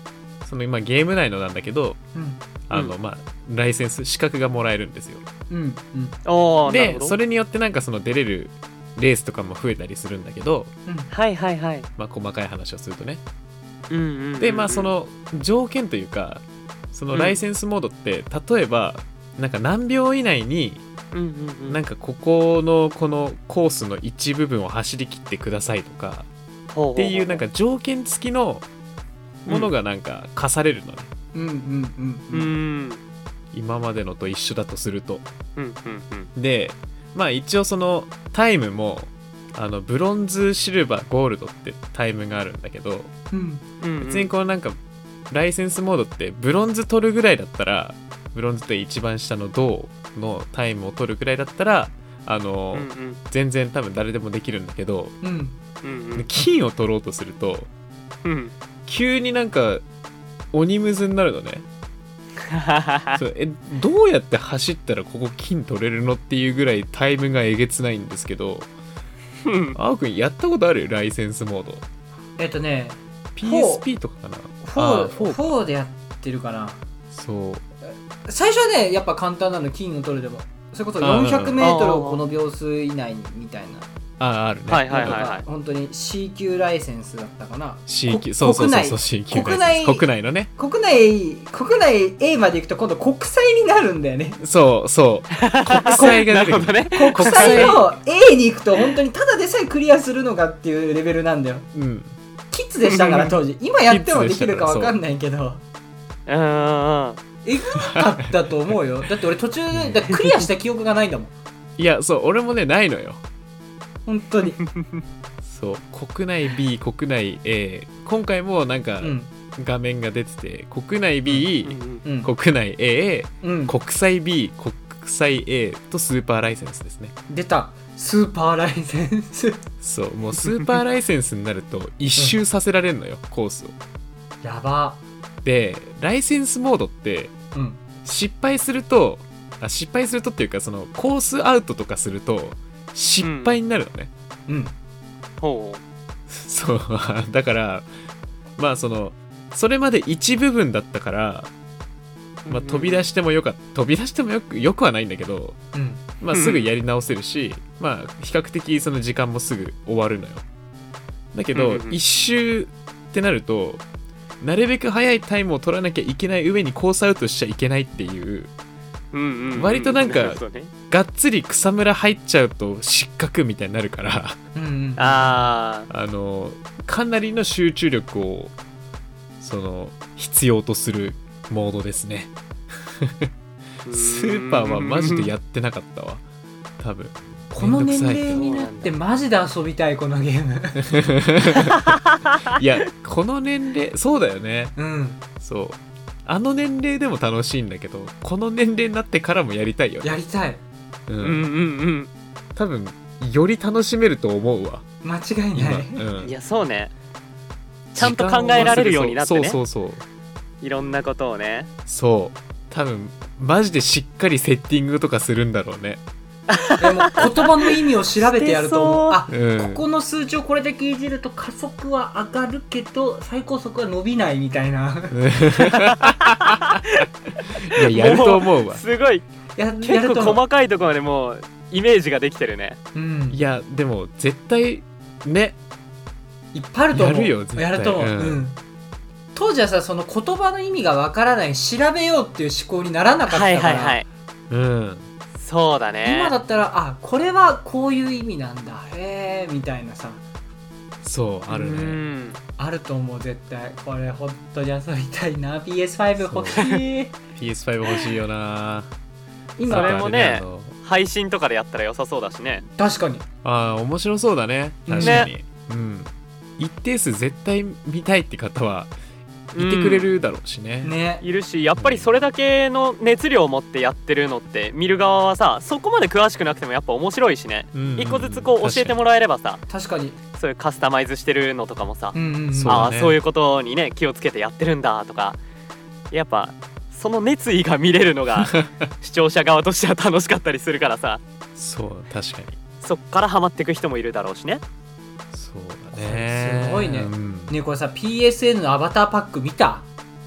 その今ゲーム内のなんだけど
うん
あの、
う
まあライセンス資格がもらえるんですよ
うんうん
おなる
で
ほど
それによってなんかその出れるレースとかも増えたりするんだけど、
はいはいはい、
まあ、細かい話をするとね
うんうんうんうん
でまあその条件というかそのライセンスモードって、例えばなんか何秒以内に
うんうんうん
なんかここのこのコースの一部分を走り切ってくださいとか
ほほほ
っていうなんか条件付きのものがなんか課されるのね、
うんうんうん
うんうん
今までのと一緒だとすると
うんうん
でまあ一応そのタイムもあのブロンズシルバーゴールドってタイムがあるんだけど
うん
うんうん
別にこのなんかライセンスモードってブロンズ取るぐらいだったらブロンズって一番下の銅のタイムを取るぐらいだったらあの、
うんうん
全然多分誰でもできるんだけど
うん
うんうん
金を取ろうとすると (laughs)
うん
急になんか鬼むずになるのね
はははは
そうえどうやって走ったらここ金取れるのっていうぐらいタイムがえげつないんですけど
うん
青くんやったことあるライセンスモード
えっとね
PSP とかかなあ
4
4
4でやってるかな
そう
最初はねやっぱ簡単なの金を取るでもそれこそ
あー
400m をこの秒数以内にみたいな
ああるね
はいはい
なん
はい
か本当に C 級ライセンスだったかな
C 級
こ
そうそうそう
国
そう
内
C 級
国
ライセンス
内
国内のね
国内国内 A まで行くと今度国際になるんだよね
そうそう国際が
(laughs) (laughs) な
出てく
るほ
る
どね
国
国
際
際
の A に行くと本当にただでさえクリアするのかっていうレベルなんだよ
うん
キッズでしたか
う
ら
ん
当時今やってもできるか
キッズでしたから
わかんないけど
うんうんうん
えぐかったと思うよだって俺途中
うん
だってクリアした記憶がないんだもん
いやそう俺もねないのよ
本当に
そう国内 B 国内 A 今回もなんか
うん
画面が出てて国内 B
う、ん
うん
国内 A
うん
国際 B 国際 A とスーパーライセンスですね
出たスーパーライセンス
そうもうスーパーライセンスになる
(laughs)
と一周させられるのよ、コースを
やば
でライセンスモードって
うん
失敗するとあ失敗するとっていうかそのコースアウトとかすると失敗になるのね、
うん
ほ
(laughs) そうだからまあそのそれまで一部分だったから、
う
まあ、飛び出してもよか飛び出してもよくよくはないんだけど、
うん
まあ、
うん
すぐやり直せるし、まあ比較的その時間もすぐ終わるのよだけ
うん
ど、
うんうん
一周ってなるとなるべく早いタイムを取らなきゃいけない上にコースアウトしちゃいけないっていう
うんうんうん
割となんか
るほどね
がっつり草むら入っちゃうと失格みたいになるから (laughs)
うんうん
ああ
あのかなりの集中力をその必要とするモードですねスーパーはマジでやってなかったわ多分
この
めん
年
どくさい
齢になってマジで遊びたいこのゲーム
いやこの年齢そうだよね
うん
そうあの年齢でも楽しいんだけどこの年齢になってからもやりたいよね、
やりたい
うん
うんうんうん
多分より楽しめると思うわ
う間違い
今、
ない。
うん
いやそうねちゃんと考えられるようになってね
時間を忘れそうそうそう
いろんなことをね
そうそう多分マジでしっかりセッティングとかするんだろうね
でも言葉の意味を調べてやると思う。あ
し、
うん
ここの数値をこれだけいじると加速は上がるけど最高速は伸びないみたいな
(laughs) いややると思うわ
すごい
やや
結
ると
構
思う
細かいところまでもうイメージができてるね
うん、
い
い
やでも絶対ね
っぱいあると思う
やるよ絶対
やると思う、
うん
うん当時はさその言葉の意味がわからない調べようっていう思考にならなかったから、
はいはいはい
うん
そうだね
今だったらあこれはこういう意味なんだへえみたいなさ
そうある
う
ね
ん
あると思う絶対これ本当に遊びたいな PS5 欲しい
PS5 欲しいよな
今
それもね
あとあれだあの
配信とかでやったら良さそうだしね
確かに
あー面白そうだね確かに、うん一定数絶対見たいって方はいてくれるだろうしね、
ね
いるしやっぱりそれだけの熱量を持ってやってるのって見る側はさそこまで詳しくなくてもやっぱ面白いしね
うんうんうん
一個ずつこう教えてもらえればさ
確かに
そういうカスタマイズしてるのとかもさ、
うんうん、うん、
そう
ああ
ね
そういうことにね気をつけてやってるんだとかやっぱその熱意が見れるの
(laughs)
が視聴者側としては楽しかったりするからさ
そう確かに
そっからハマっていく人もいるだろうしね
そうだね
すごいね
うん、
ねえこれさ PSN のアバターパック見た
(laughs)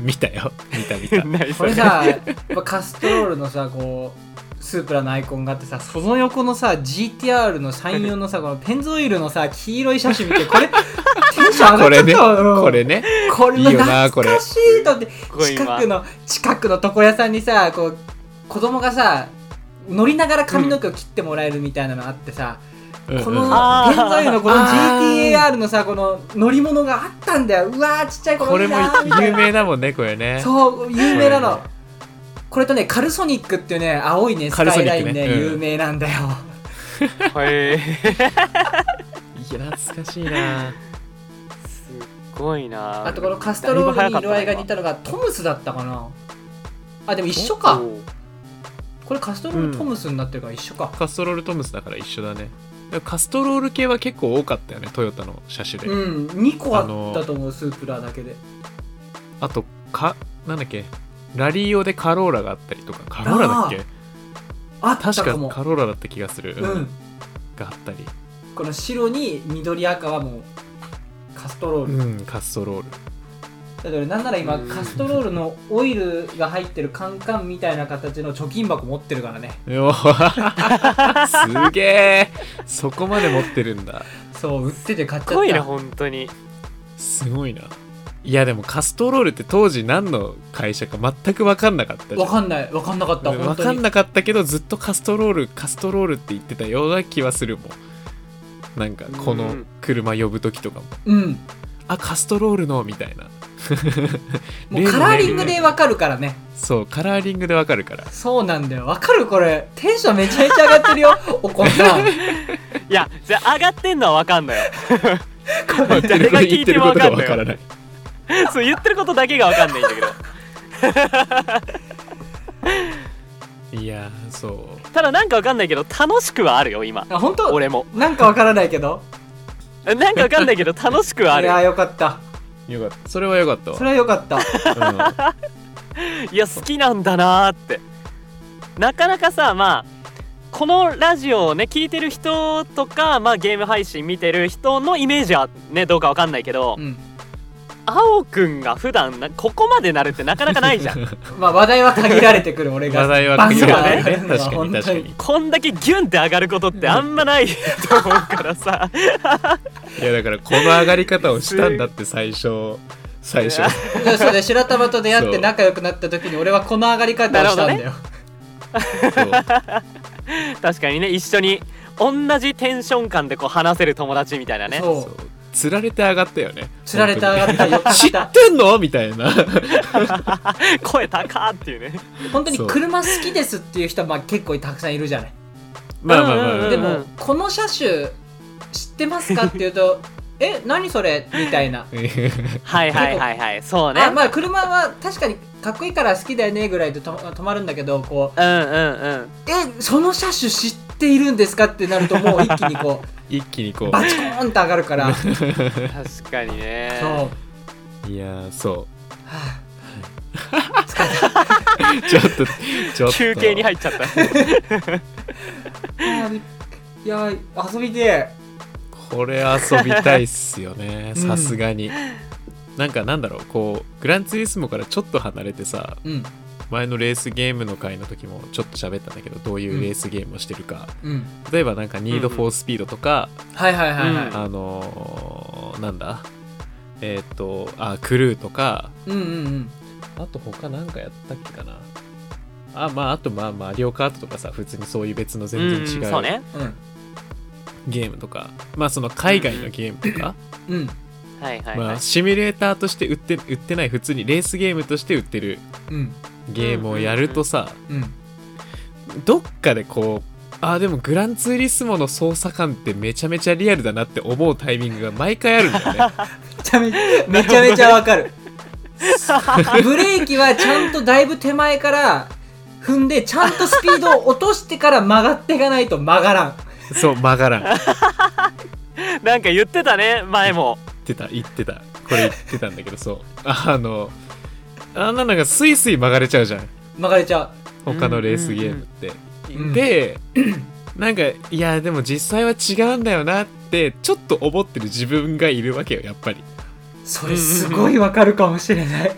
見たよ見た見
(laughs)
た
ない
(laughs) こ
(laughs)
れさやっぱカストロールのさこうスープラのアイコンがあってさその横のさ GTR の34
(laughs)
のさこのペンゾイルのさ黄色い車種見てこれテンショ
こ
ン上がっちゃ
れ
っ
ね
たわうん
これね
これ
いいよな
懐かしいと思って
これ
近くの近くの床屋さんにさこう子供がさ乗りながら髪の毛を切ってもらえるみたいなのあってさ、
うんうん
この
あ
ペンゾイルのこの
あー
GTR のさこの乗り物があったんだようわーちっちゃい頃
これも
いいなーみたいな
有名だもんねこれね
そう有名なの、
うん
これとねカルソニックっていうね青いねス
カ
カ
ルソ
イ
ニ
ラ
ッ
イ
クね
ンね
うん
有名なんだよ
へえ
いや懐かしいな
すっごいな
あとこのカストロールに色合いが似たのがトムスだったかなあでも一緒か
おー
これカストロールトムスになってるから一緒か
カストロールトムスだから一緒だねでもカストロール系は結構多かったよねトヨタの車種で、
うん、2個あったと思うスープラだけで
あとかなんだっけラリー用でカローラがあったりとかカローラだっけ
あった
確
か
か
も
カローラだった気がする、
うん
があったり
この白に緑赤はもうカストロール、
うんカストロール
だからなんなら今
うん
カストロールのオイルが入ってるカンカンみたいな形の貯金箱持ってるからね
うわすげえそこまで持ってるんだ
そう売ってて買っちゃ
す
っ
ごいな
た
本当に
すごいないやでもカストロールって当時何の会社か全く分かんなかったじゃ
わ
ん
かんないわかんなかった
うん
本
分
当
か
に
んなかったけどずっとカストロールカストロールって言ってたような気はするもんなんかこ
う
の
ん
車呼ぶ時とかも
うん
あカストロールのみたい (laughs) な
もうカラーリン
例の
グ
ね
でわかるからね
(laughs) そうカラーリングで分かる (laughs) から
そうなんだよわかるこれテンションめちゃめちゃ上がってる
(laughs)
よおこんさん
いやじゃあ上がってんのはわかん
(laughs)
のよ
言ってること言ってることが分からない
そう言ってることだけがわかんないんだけど
(laughs) いやーそう
ただなんかわかんないけど楽しくはあるよ今
あ本当
俺も
なんかわからないけど
なんかわかんないけど楽しくはあ
あれ
る
はよかった
よかったそれはよかったわ
それはよかった
いや好きなんだなーってなかなかさまあこのラジオをね聞いてる人とか、まあ、ゲーム配信見てる人のイメージはねどうかわかんないけど
うん
青くんが普段なここまでなるってなかなかないじゃ
(laughs)
ん
まあ話題は限られてくる俺
うん
が
話題は限られてるね
バン
(laughs) 確か
ドは
に
ね
確かに
こんだけギュンって上がることってあんまないと思うから
(laughs)
さ
いやだからこの上がり方をしたんだって最初最初
いやそうで白玉と出会っ
そ
て
う
仲良くなった時に俺はこの上がり方をしたんだよ、
そう
確かにね一緒に同じテンション感でこう話せる友達みたいなね
そ
そう
う
つられて上がったよね
つられて上
(laughs)
がったよかっ
知ったてんのみたいな
声高っていうね
本当に
そう
車好きですっていう人はまあ結構たくさんいるじゃない
(laughs) まあまあまあ、
うん
で
う
も、
ん
この車種知ってますかっていうと (laughs) え何それみたいな、
はいはいはいはいそうね
あまあ車は確かにかっこいいから好きだよねぐらいでと止まるんだけどこう
うんうんうん
(laughs)
えその車種知っているんですかってなるともう一気にこう
(laughs) 一気にこ
バチコーンって上がるからそう
(laughs)
確かにね
は
ういやーそう
あ
(laughs) ちょっとちょっと
休憩に
入
入っちゃった
あーいや遊びで
これ遊びたいっすよね
うん
さすがに、なんかなんだろうこうグランツーリスモからちょっと離れてさ
うん
前のレースゲームの回の時もちょっと喋ったんだけどどういうレースゲームをしてるか、
うん
例えばなんか「ニード・フォー・スピード」とか、
はいはいはいはい、
あのーなんだえーっ、とあクルーとか
うん、うんうん
あと他なんかやったっけかなあまああとまあマリオカートとかさ普通にそういう別の全然違
ん
う
そうね
うん
ゲームとか、まあその海外のゲームとか、
うん
はいはい
ま
はい
あ、シミュレーターとして売って売ってない普通にレースゲームとして売ってる
うん
ゲームをやるとさ、
うん
どっかでこうあーでもグランツーリスモの操作感ってめちゃめちゃリアルだなって思うタイミングが毎回あるんだよね。
(laughs) めちゃめちゃめちゃめちゃわかるブレーキはちゃんとだいぶ手前から踏んでちゃんとスピードを落としてから曲がっていかないと曲がらん
そう曲がらん言
(laughs) なんか言ってたね前も
ってた言ってたこれ言ってたんだけどそうあのあんなのがスイスイ曲がれちゃうじゃん
曲がれちゃ
他のレースゲームって。
うんうんうん
で (clears throat) なんかいやでも実際は違うんだよなってちょっと思ってる自分がいるわけよやっぱり。
うそれすごいわかるかもしれない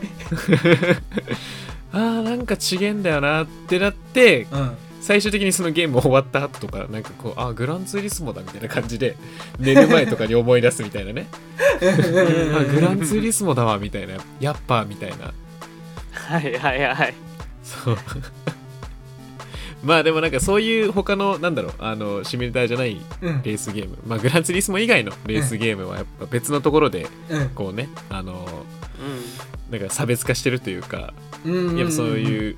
あーなんか違えんだよなってなって
うん
最終的にそのゲーム終わった後とかなんかこうあーグランツーリスモだみたいな感じで寝る前とかに思い出すみたいなねあーグランツーリスモだわみたいなやっぱみたいな
はいはいはい
そう (laughs) まあでもなんかそういう他のなんだろうあのシミュレーターじゃない
うん
レースゲームまあグランツーリスモ以外のレースゲームはやっぱ別のところで
うん
こうねあの
うん
なんか差別化してるというか
うんうん
やっぱそういう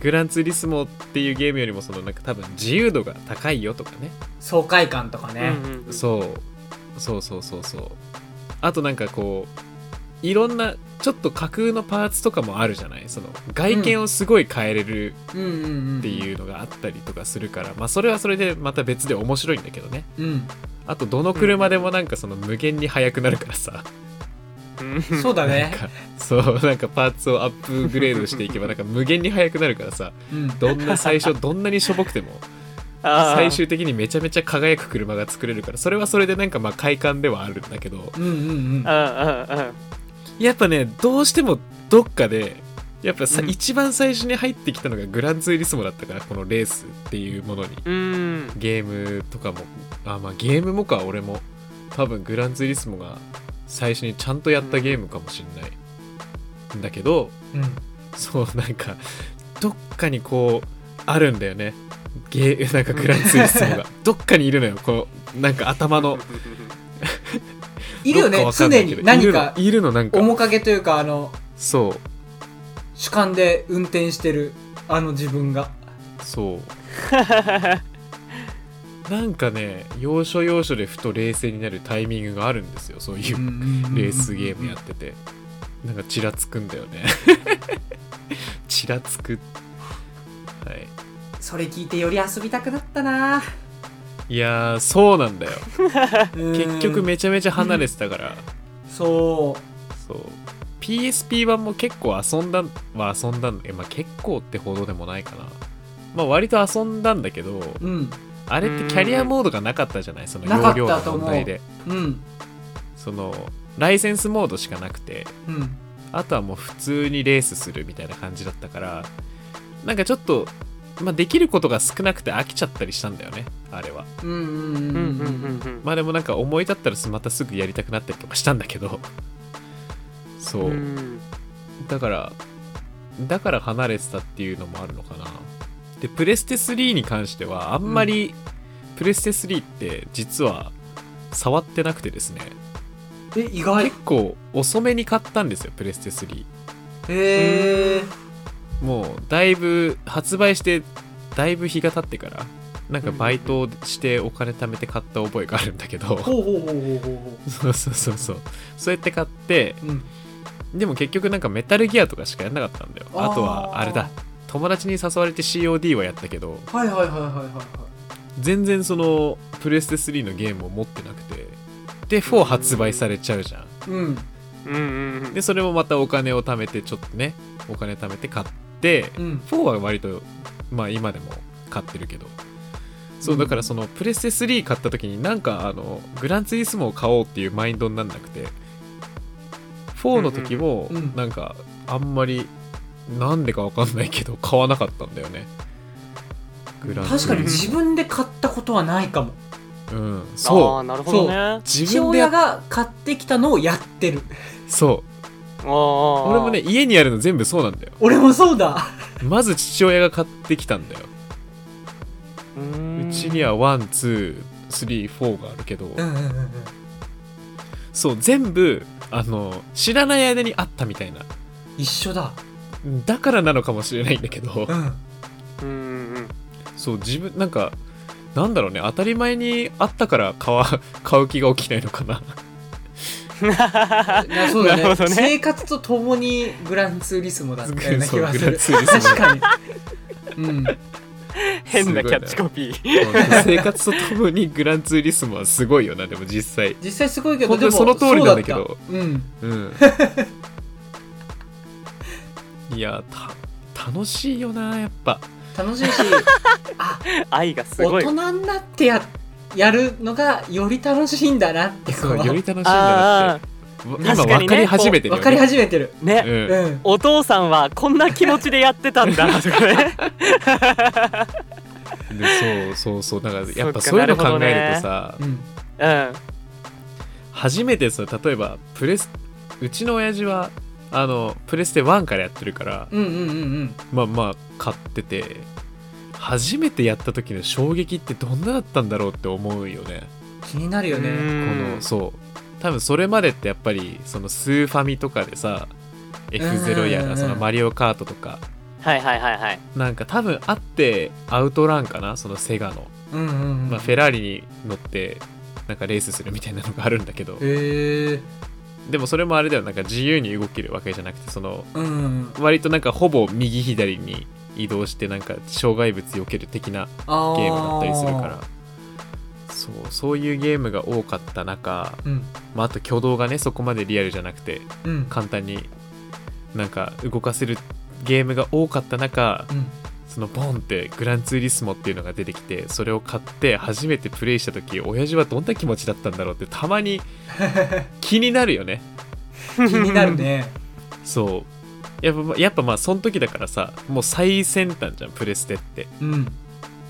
グランツーリスモっていうゲームよりもそのなんか多分自由度が高いよとかね、
爽快感とかね
うんうん
そうそうそうそうそうあとなんかこういろんなちょっと架空のパーツとかもあるじゃないその外見をすごい変えれる
うんうんうん
っていうのがあったりとかするから、まあそれはそれでまた別で面白いんだけどね
うん
あとどの車でもなんかその無限に速くなるからさ
うん
そうだ
なん
ね
かそうなんかパーツをアップグレードしていけばなんか無限に速くなるからさ
うん
どんな最
(laughs)
初どんなにしょぼくても
あー
最終的にめちゃめちゃ輝く車が作れるからそれはそれでなんかまあ快感ではあるんだけど
うんうん
うんうんうん
やっぱねどうしてもどっかでやっぱさ、
うん
一番最初に入ってきたのがグランツーリスモだったからこのレースっていうものに
うん
ゲームとかもあまあゲームもか俺も多分グランツーリスモが最初にちゃんとやったゲームかもしんない、ん、だけど
うん
そうなんかどっかにこうあるんだよねゲーなんかグランツーリスモがどっかにいるのよこうなんか頭の
いるよね
どっか
常
わかんないけど
に
い
何か
るのいるのなんか
面影というかあの
そう
主観で運転してるあの自分が (laughs)
そうなんかね要所要所でふと冷静になるタイミングがあるんですよそういうレースゲームやっててなんかちらつくんだよ
(laughs)
ねちらつくはい
それ聞いてより遊びたくなったない
やーそうなんだよ結
結
局めちゃめちゃ離れてたから
そ
そう PSP 版も結構遊んだは遊んだんだけど、まあ、結構ってほどでもないかなまあ割と遊んだんだけど
ううん
あれってキャリアモードがなかったじゃないその
なか
容
った
量の
と思う
問題で
うん
そのライセンスモードしかなくて
うん
あとはもう普通にレースするみたいな感じだったからなんかちょっと、まあ、できることが少なくて飽きちゃったりしたんだよねあれは
うんうん
うん
う
うんうん
んう
んうん
まあでもなんか思い立ったらまたすぐやりたくなったりとかしたんだけどそう、
うん
だからだから離れてたっていうのもあるのかなでプレステ3に関してはあんまり、プレステ3って実は触ってなくてですね
え意外
結構遅めに買ったんですよプレステ3
へえ
もうだいぶ発売してだいぶ日が経ってからなんかバイトをしてお金貯めて買った覚えがあるんだけど、 (laughs)
ほうほうほうほうほうほ
そうそうそうそうそうやって買って
ううん
でも結局なんかメタルギアとかしかやんなかったんだよあとはあれだ友達に誘われて COD はやったけど
はいはいはいはいはいはい
全然そのプレステ3のゲームを持ってなくてで4発売されちゃうじゃん
う
う
ん
んうんうん
でそれもまたお金を貯めてちょっとねお金貯めて買って
うん
4は割とまあ今でも買ってるけどそうだからそのプレステ3買った時になんかあのグランツイスモを買おうっていうマインドになんなくて4の時も
うんうん
なんかあんまりなんでかわかんないけど買わなかったんだよねグランツイ
確
ス
か
モ
に自分で買ったことはないかも
うん
あー
そ
なるほどねあ
う
ー
自
父
分でや
親
っ
が買ってきたのをやってる
そう俺
俺
もね家にあるの全部そうなんだよ
俺もそうだ
まず父親が買ってきたんだよ
うーん
うちにはワンツースリーフォーがあるけど、
うんうんうんうん
そう全部あの知らない間にあったみたいな
一緒だ
だからなのかもしれないんだけど、
うんう
うん
んうん
そう自分なんかなんだろうね当たり前にあったから買わ (laughs) 買う気が起きないのかな
いやそうだね
なるほどね
生活とともにグランツーリスモだったよう
(laughs)
な
そう
気がす
グラン
る
ツーリスモ
(laughs)
確かにうん
変なキャッチコピー
生活とともにグランツーリスモはすごいよなでも実際
実際すごいけど
本当
で
に
も
その通りなんだけど
そうったうん
うん
(laughs)
いやた楽しいよなやっぱ (laughs)
楽しいしあ
愛がすご
大
い
人になってややるのがより楽しいんだなってこ
そううより楽しいんだな
あ
って
あ
今
確かに
分か
ね
り始めてるよ、
分
ね、
かり始めてる
あね、
うん
うん
お父さんはこんな気持ちでやってたん
(laughs)
だなとかね
でそうそうそうだからやっぱ
そっか
そういうの
なる
考
ほど
え
ね
るとさ、
うん
うん
初めてさ例えばプレスうちの親父はあのプレステ1からやってるから、
うんうんうんうん
まあまあ買ってて初めてやった時の衝撃ってどんなだったんだろうって思うよね
気になるよ
う
ね
こ
ん
のそう多分それまでってやっぱりそのスーファミとかでさ F0 や
うんうんう
ら
ん
そのマリオカートとか
はいはいはいはい
なんか多分あってアウトランかなそのセガの
うんうんうん
まあ、フェラーリに乗ってなんかレースするみたいなのがあるんだけど
へえ
でもそれもあれだよなんか自由に動けるわけじゃなくてその
うんうん
割となんかほぼ右左に移動してなんか障害物避ける的な
ゲー
ゲームだったりするからそうそういうゲームが多かった中、
うん
まあ、あと挙動がねそこまでリアルじゃなくて
うん
簡単になんか動かせるゲームが多かった中
うん
そのボンってグランツーリスモっていうのが出てきてそれを買って初めてプレイした時親父はどんな気持ちだったんだろうってたまに気になるよね
気になるね
そうやっぱまやっぱまあその時だからさもう最先端じゃんプレステって、
うん
うん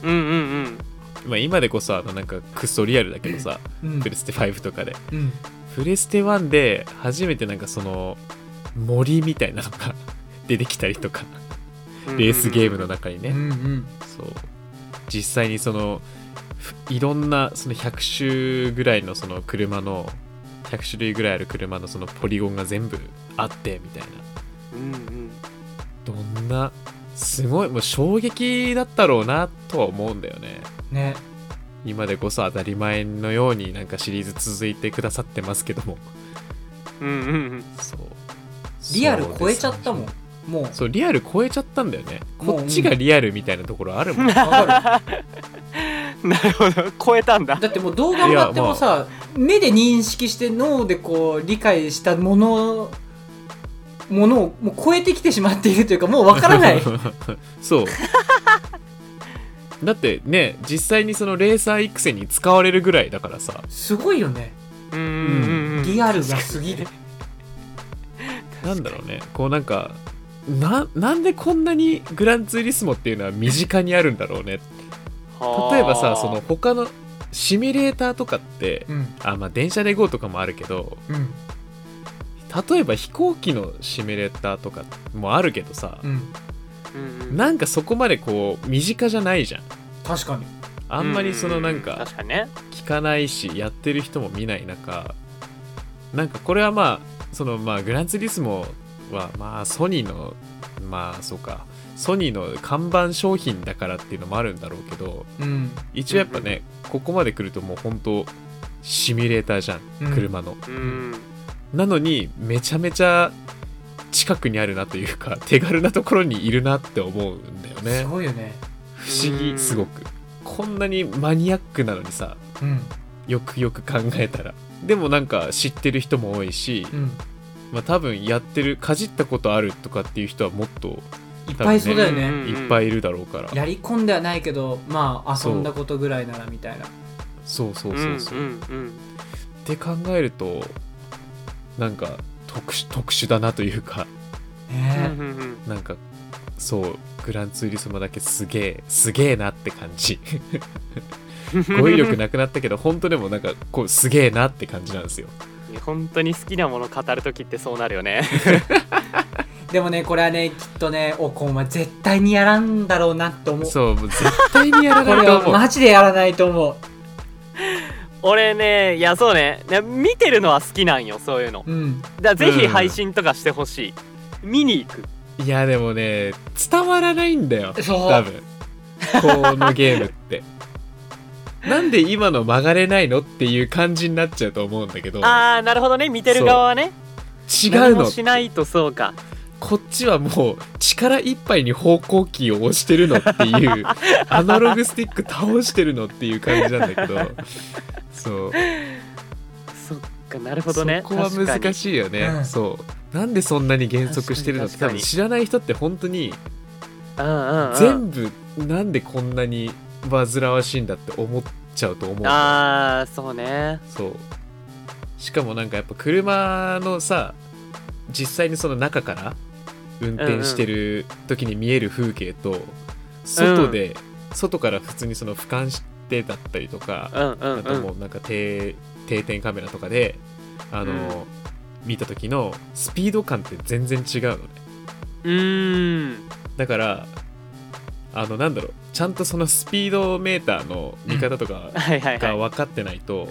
うん
まあ、今でこそあのなんかクソリアルだけどさ (laughs)
うん
プレステ5とかで
うん
プレステ1で初めてなんかその森みたいなのが (laughs) 出てきたりとか
うん
レースゲームの中にね、
うんうん
そう実際にそのふいろんなその100種ぐらいのその車の100種類ぐらいある車のそのポリゴンが全部あってみたいな
うんうん
どんなすごいもう衝撃だったろうなとは思うんだよね
ね
今でこそ当たり前のようになんかシリーズ続いてくださってますけども
うんうんうん
そう
リアル超えちゃったもんもう
そうリアル超えちゃったんだよね
もう
こっちがリアルみたいなところある (laughs) もん、
(laughs) わか
なるほど超えたんだ
るだってもう動画もやってもさ、目で認識して脳でこう理解したものものをもう超えてきてしまっているというかもうわから (laughs) ない
そうだってね実際にそのレーサー育成に使われるぐらいだからさ
すごいよね
うんうんうん
リアルがすぎる
なんだろうねこうなんかななんでこんなにグランツーリスモっていうのは身近にあるんだろうね例えばさその他のシミュレーターとかって
(laughs) うん
あまあ電車で GO とかもあるけど
うん
例えば飛行機のシミュレーターとかもあるけどさ、
うん
な
なんかそこまでこう身近じゃないじゃん
確かに
あんまりそのなんか
確かにね
聞かないしやってる人も見ない中なんかこれはまあそのまあグランツーリスモはまあソニーのまあそうかソニーの看板商品だからっていうのもあるんだろうけど
うん
一応やっぱねここまで来るともう本当シミュレーターじゃん
うん
車の、
うん
なのにめちゃめちゃ近くにあるなというか (laughs) 手軽なところにいるなって思うんだよね
すごいよね
不思
う
議
ん
すごくこんなにマニアックなのにさ
うん
よくよく考えたらでもなんか知ってる人も多いし、
うん
まあ、多分やってるかじったことあるとかっていう人はもっと
いっぱいそうだ
う
よね
ん
いっぱいいるだろうから、
やり込んではないけどまあ
そう
遊んだことぐらいならみたいな
そうそうそうそう、
ん
っ
うんうん
て考えるとなんか特殊特殊だなというか
う
ね
んうんうん
なんかそうグランツーリスモだけすげえすげえなって感じ語彙力なくなったけど本当でもなんかこうすげえなって感じなんですよ
本当に好きなもの語る時ってそうなるよね (laughs)
でもねこれはねきっとねおこんは絶対にやらんだろうなと思う
そうもう絶対にやら
こ
ない
れ
と思
は
う
マジでやらないと思
俺ねいやそうねね見てるのは好きなんよそういうの
ううん
だからぜ
う
ひ
ん
配信とかしてほしい、見に行く
いやでもね伝わらないんだよ
そう
多分このゲームってなんで今の曲がれないのっていう感じになっちゃうと思うんだけど
ああなるほどね見てる側はね
違う
何も
の
しないとそうか
こっちはもう力いっぱいに方向キーを押してるのって
(laughs)
いうアナログスティック倒してるのっていう感じなんだけどそう
そっかなるほどね
そこは
確か
難
に
しいよね、
うん
そうなんでそんなに減速してるのって
確か
多分
に確かに
知らない人って本当に
うんうんうん
全部なんでこんなに煩わしいんだって思っちゃうと思う
ああそうね
そうしかもなんかやっぱ車のさ実際にその中から運転してる時に見える風景と、外で、外から普通にその俯瞰してだったりとか、
うんうん
あと
うん
もうなんか定定点カメラとかであの、見た時のスピード感って全然違うのね
うーん
だからあのなんだろうちゃんとそのスピードメーターの見方とか
はいはいはい
が分かってないと、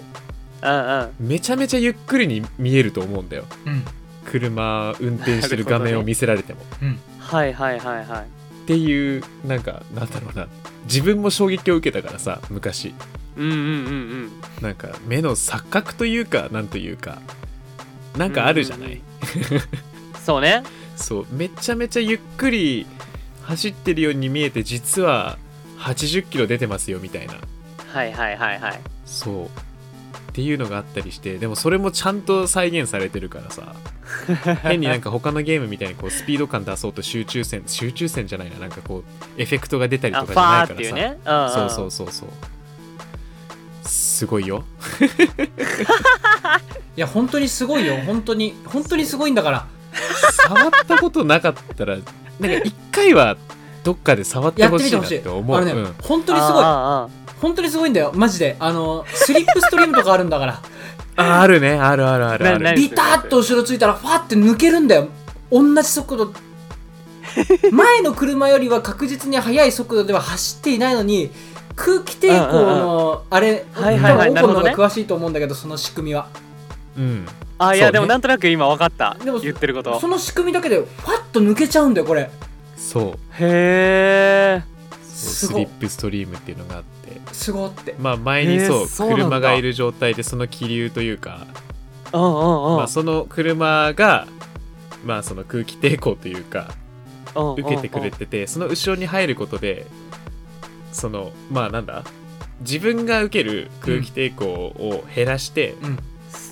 うんうん
めちゃめちゃゆっくりに見えると思うんだよ
うん
車運転してる画面を見せられても、
うん
はいはいはいはい
っていうなんかなんだろうな自分も衝撃を受けたからさ昔
うんうんうんうん
なんか目の錯覚というかなんというかなんかあるじゃない、
うんうんうんそうね
そうめちゃめちゃゆっくり走ってるように見えて実は80キロ出てますよみたいな
はいはいはいはい
そうっていうのがあったりしてでもそれもちゃんと再現されてるからさ変になんか他のゲームみたいにこうスピード感出そうと集中線集中線じゃないななんかこうエフェクトが出たり
あ
と
フ
かじゃな
ァ
い
ー
か
っていう
らさ、
ねうんん
そうそうそうそうすごいよ
いや本当にすごいよ本当に本当にすごいんだから
触ったことなかったらなんか一回はどっかで触って
やっ
ほ
て
し
み
ていな
ほ
っ
しい
て思う
あのね、
うん
本当にすごい
あ
本当にすごいんだよマジであのスリップストリームとかある
(laughs)
んだから
ああるねあるあるあるある
なな
ビターッと後ろついたらファーって抜けるんだよ同じ速
(laughs)
度前の車よりは確実に速い速度では走っていないのに空気抵抗のあれ
はい
はいはい
多分
なるほど
オコ
ね
の方が詳しいと思うんだけどその仕組みは
うん
あああいや
そうね
でもなんとなく今分かった
でも
言ってること
その仕組みだけでファッと抜けちゃうんだよこれ
そう
へえ
そ
す
うス
ご
リップストリームっていうのがあって
すごって
まあ前にそう,、
えーそうなんだ
車がいる状態でその気流というか、
うんうんうん
まあ、その車が、まあ、その空気抵抗というか
うんうんうん
受けてくれててその後ろに入ることでそのまあなんだ自分が受ける空気抵抗を減らして、
うん
うん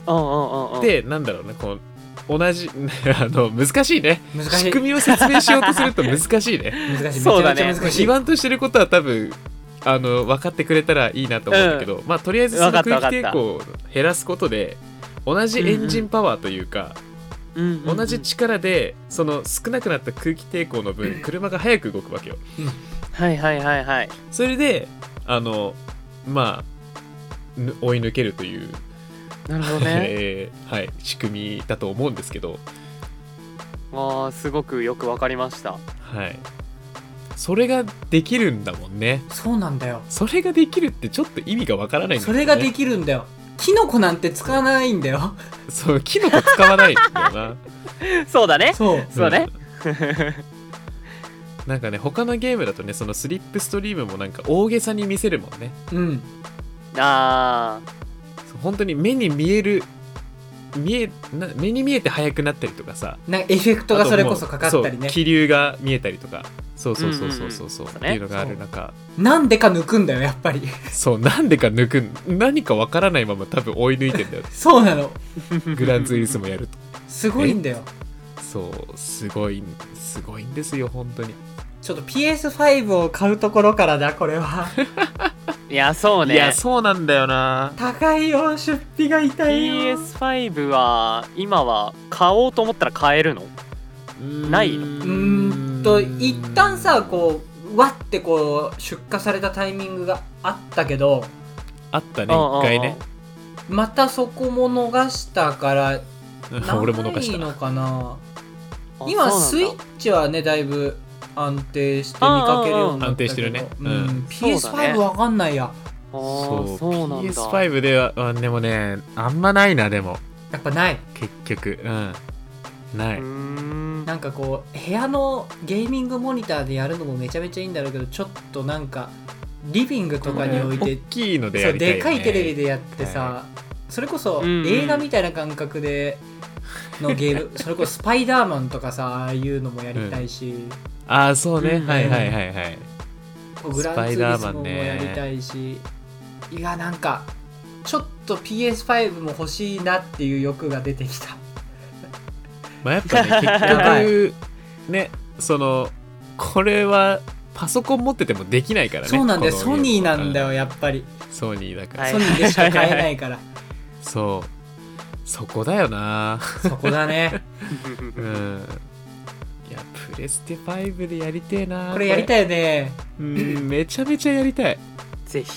うんうんうん
でなんだろうなこう同じ (laughs) あの難しいね
難し
仕
い
組みを説明しようとすると難しいね。
難しいめち
そう
ゃ
だ
めち
ね
ゃ難しい
(laughs) 言わんとしてることは多分あの分かってくれたらいいなと思うんだけど、まあとりあえずその
分か
空
った
気抵抗を減らすことで同じエンジンパワーというか、
うんうんうん
同じ力でその少なくなった空気抵抗の分車が速く動くわけよ。
はいはいはいはい
それであのまあぬ追い抜けるという、
なるほどね
えーはい、仕組みだと思うんですけど、
ああすごくよく分かりました (laughs)
はい、それができるんだもんね。
そうなんだよ
それができるってちょっと意味がわからないんだ
そ
よね。
れができるんだよキノコなんて使わないんだよ
そうキノコ使わないんだよな。
そうだね
そう
そうね
うんなんかね他のゲームだとねそのスリップストリームもなんか大げさに見せるもんね
うん
あ
そう本当に目に見える見えな目に見えて速くなったりとかさ
なんかエフェクトがそれこそかかったり
あともう
ね
そう気流が見えたりとかそうそうそうそうそうそう、
うん
って
うんうんそうね
いうのがある中
なんでか抜くんだよやっぱり (laughs)
そうなんでか抜くん何かわからないまま多分追い抜いてんだよ
(laughs) そうなの
グランツーリスもやると
すごいんだよ
そうすごいすごいんですよ本当に
ちょっと PS5 を買うところからだこれ (laughs) は
(laughs) いやそう
いや
ね
そうなんだよな
高いよ出費が痛いよ
PS5 は今は買おうと思ったら買えるのないの
う
う
ー
ーんと一旦さこうわってこう出荷されたタイミングがあったけど
あったね
うんうんう
一
ん
回ね
またそこも逃したから
うん
な
(laughs)
い
俺も逃し
の
た
かな
あ
今
そ
ス
う
イ
なんだ
ッチはねだいぶ安定して見かけるようになったけど
安定してるね
うん
うん
そうだね
PS5 わかんないや
あーそうなんだ
PS5 ではあでもねあんまないなでも
やっぱない
結局うんないう
ーん
なんかこう部屋のゲーミングモニターでやるのもめちゃめちゃいいんだろうけどちょっとなんかリビングとかに置いて、
大きいのでや
そう
りたいよ、ね、
でかいテレビでやってさ、それこそ
うんうん
映画みたいな感覚でのゲームそれこそスパイダーマンとかさああいうのもやりたいし、
ああそうね、
うん
はいはいはいはい
グランツーリスモもやりたいし、いやなんかちょっと PS5 も欲しいなっていう欲が出てきた
まあやっぱね
ば (laughs)
結局ねそのこれはパソコン持っててもできないからね
そうなんだよ
この
ソニーなんだ
う
よやっぱり、
ソニーだから、
はい
ソニーでしか買えな
(laughs)
いから
そうそこだよな
そこだね
うんいやプレステ5でやりてえな
これやり
い
たいよね
うんめちゃめちゃやりたい
(laughs) ぜひ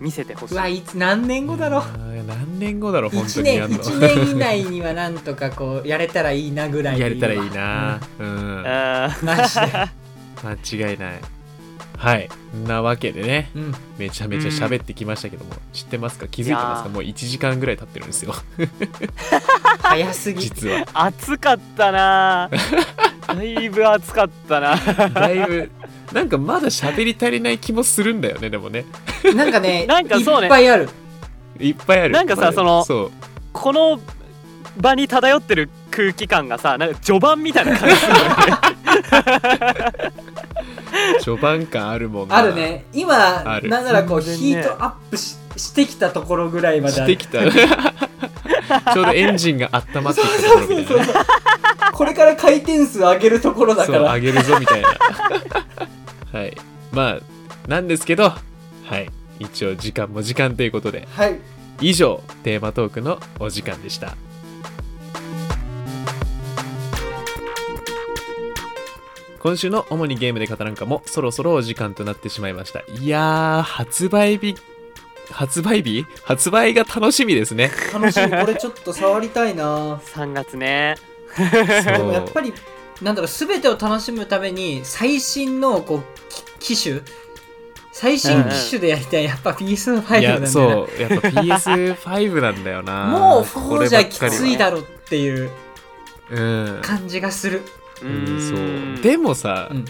見せてほし
う
い
わいつ何年後だろう
いやー何年後だろう本当
1
に
年
やんの
1年以内にはなんとかこうやれたらいいなぐらい
(laughs)
で
やれたらいい
わ
なうん
あ
うんマジで
間違いないはいんなわけでね
うん
めちゃめちゃ喋ってきましたけども、知ってますか気づいてます
いやー
かもう1時間ぐらい経ってるんです
(laughs)
よ
早すぎ
実は
ー暑かったな
(laughs)
ーだいぶ暑かったな
だいぶなんかまだ喋り足りない気もするんだよねでもね
なんかね
なんかそうね
いっぱいある
いっぱいある
なんかさ
まだ
その
そう
この場に漂ってる空気感がさなんか序盤みたいな感じす
(laughs)
るよね
序盤感あるもんな
あるね今
ある
なんならこう
全
ヒ
然ね
ートアップししてきたところぐらいまで
し
あ
て
る
きた
(laughs)
ちょうどエンジンが温まってきたところみたいなね
これから回転数上げるところだ
そ
か
う
ら
あげるぞみたいな (laughs) はいまあなんですけどはい一応時間も時間ということで
はい
以上テーマトークのお時間でした今週の主にゲームで語らんかもそろそろお時間となってしまいましたいやー発売日発売日発売が楽しみです
(laughs)
ね
楽しみこれちょっと触りたいな
3月ね
そう
でもやっぱりなんだろう全てを楽しむために最新のこうき機種最新機種でやりたい、やっぱ PS5 なん
い
だよ
や
な
そうやっぱ PS5 なんだよな
もう4じゃき
こればっかりは
ついだろっていう
うん
感じがする、
う
うん
ーん
そうでもさ、
うん、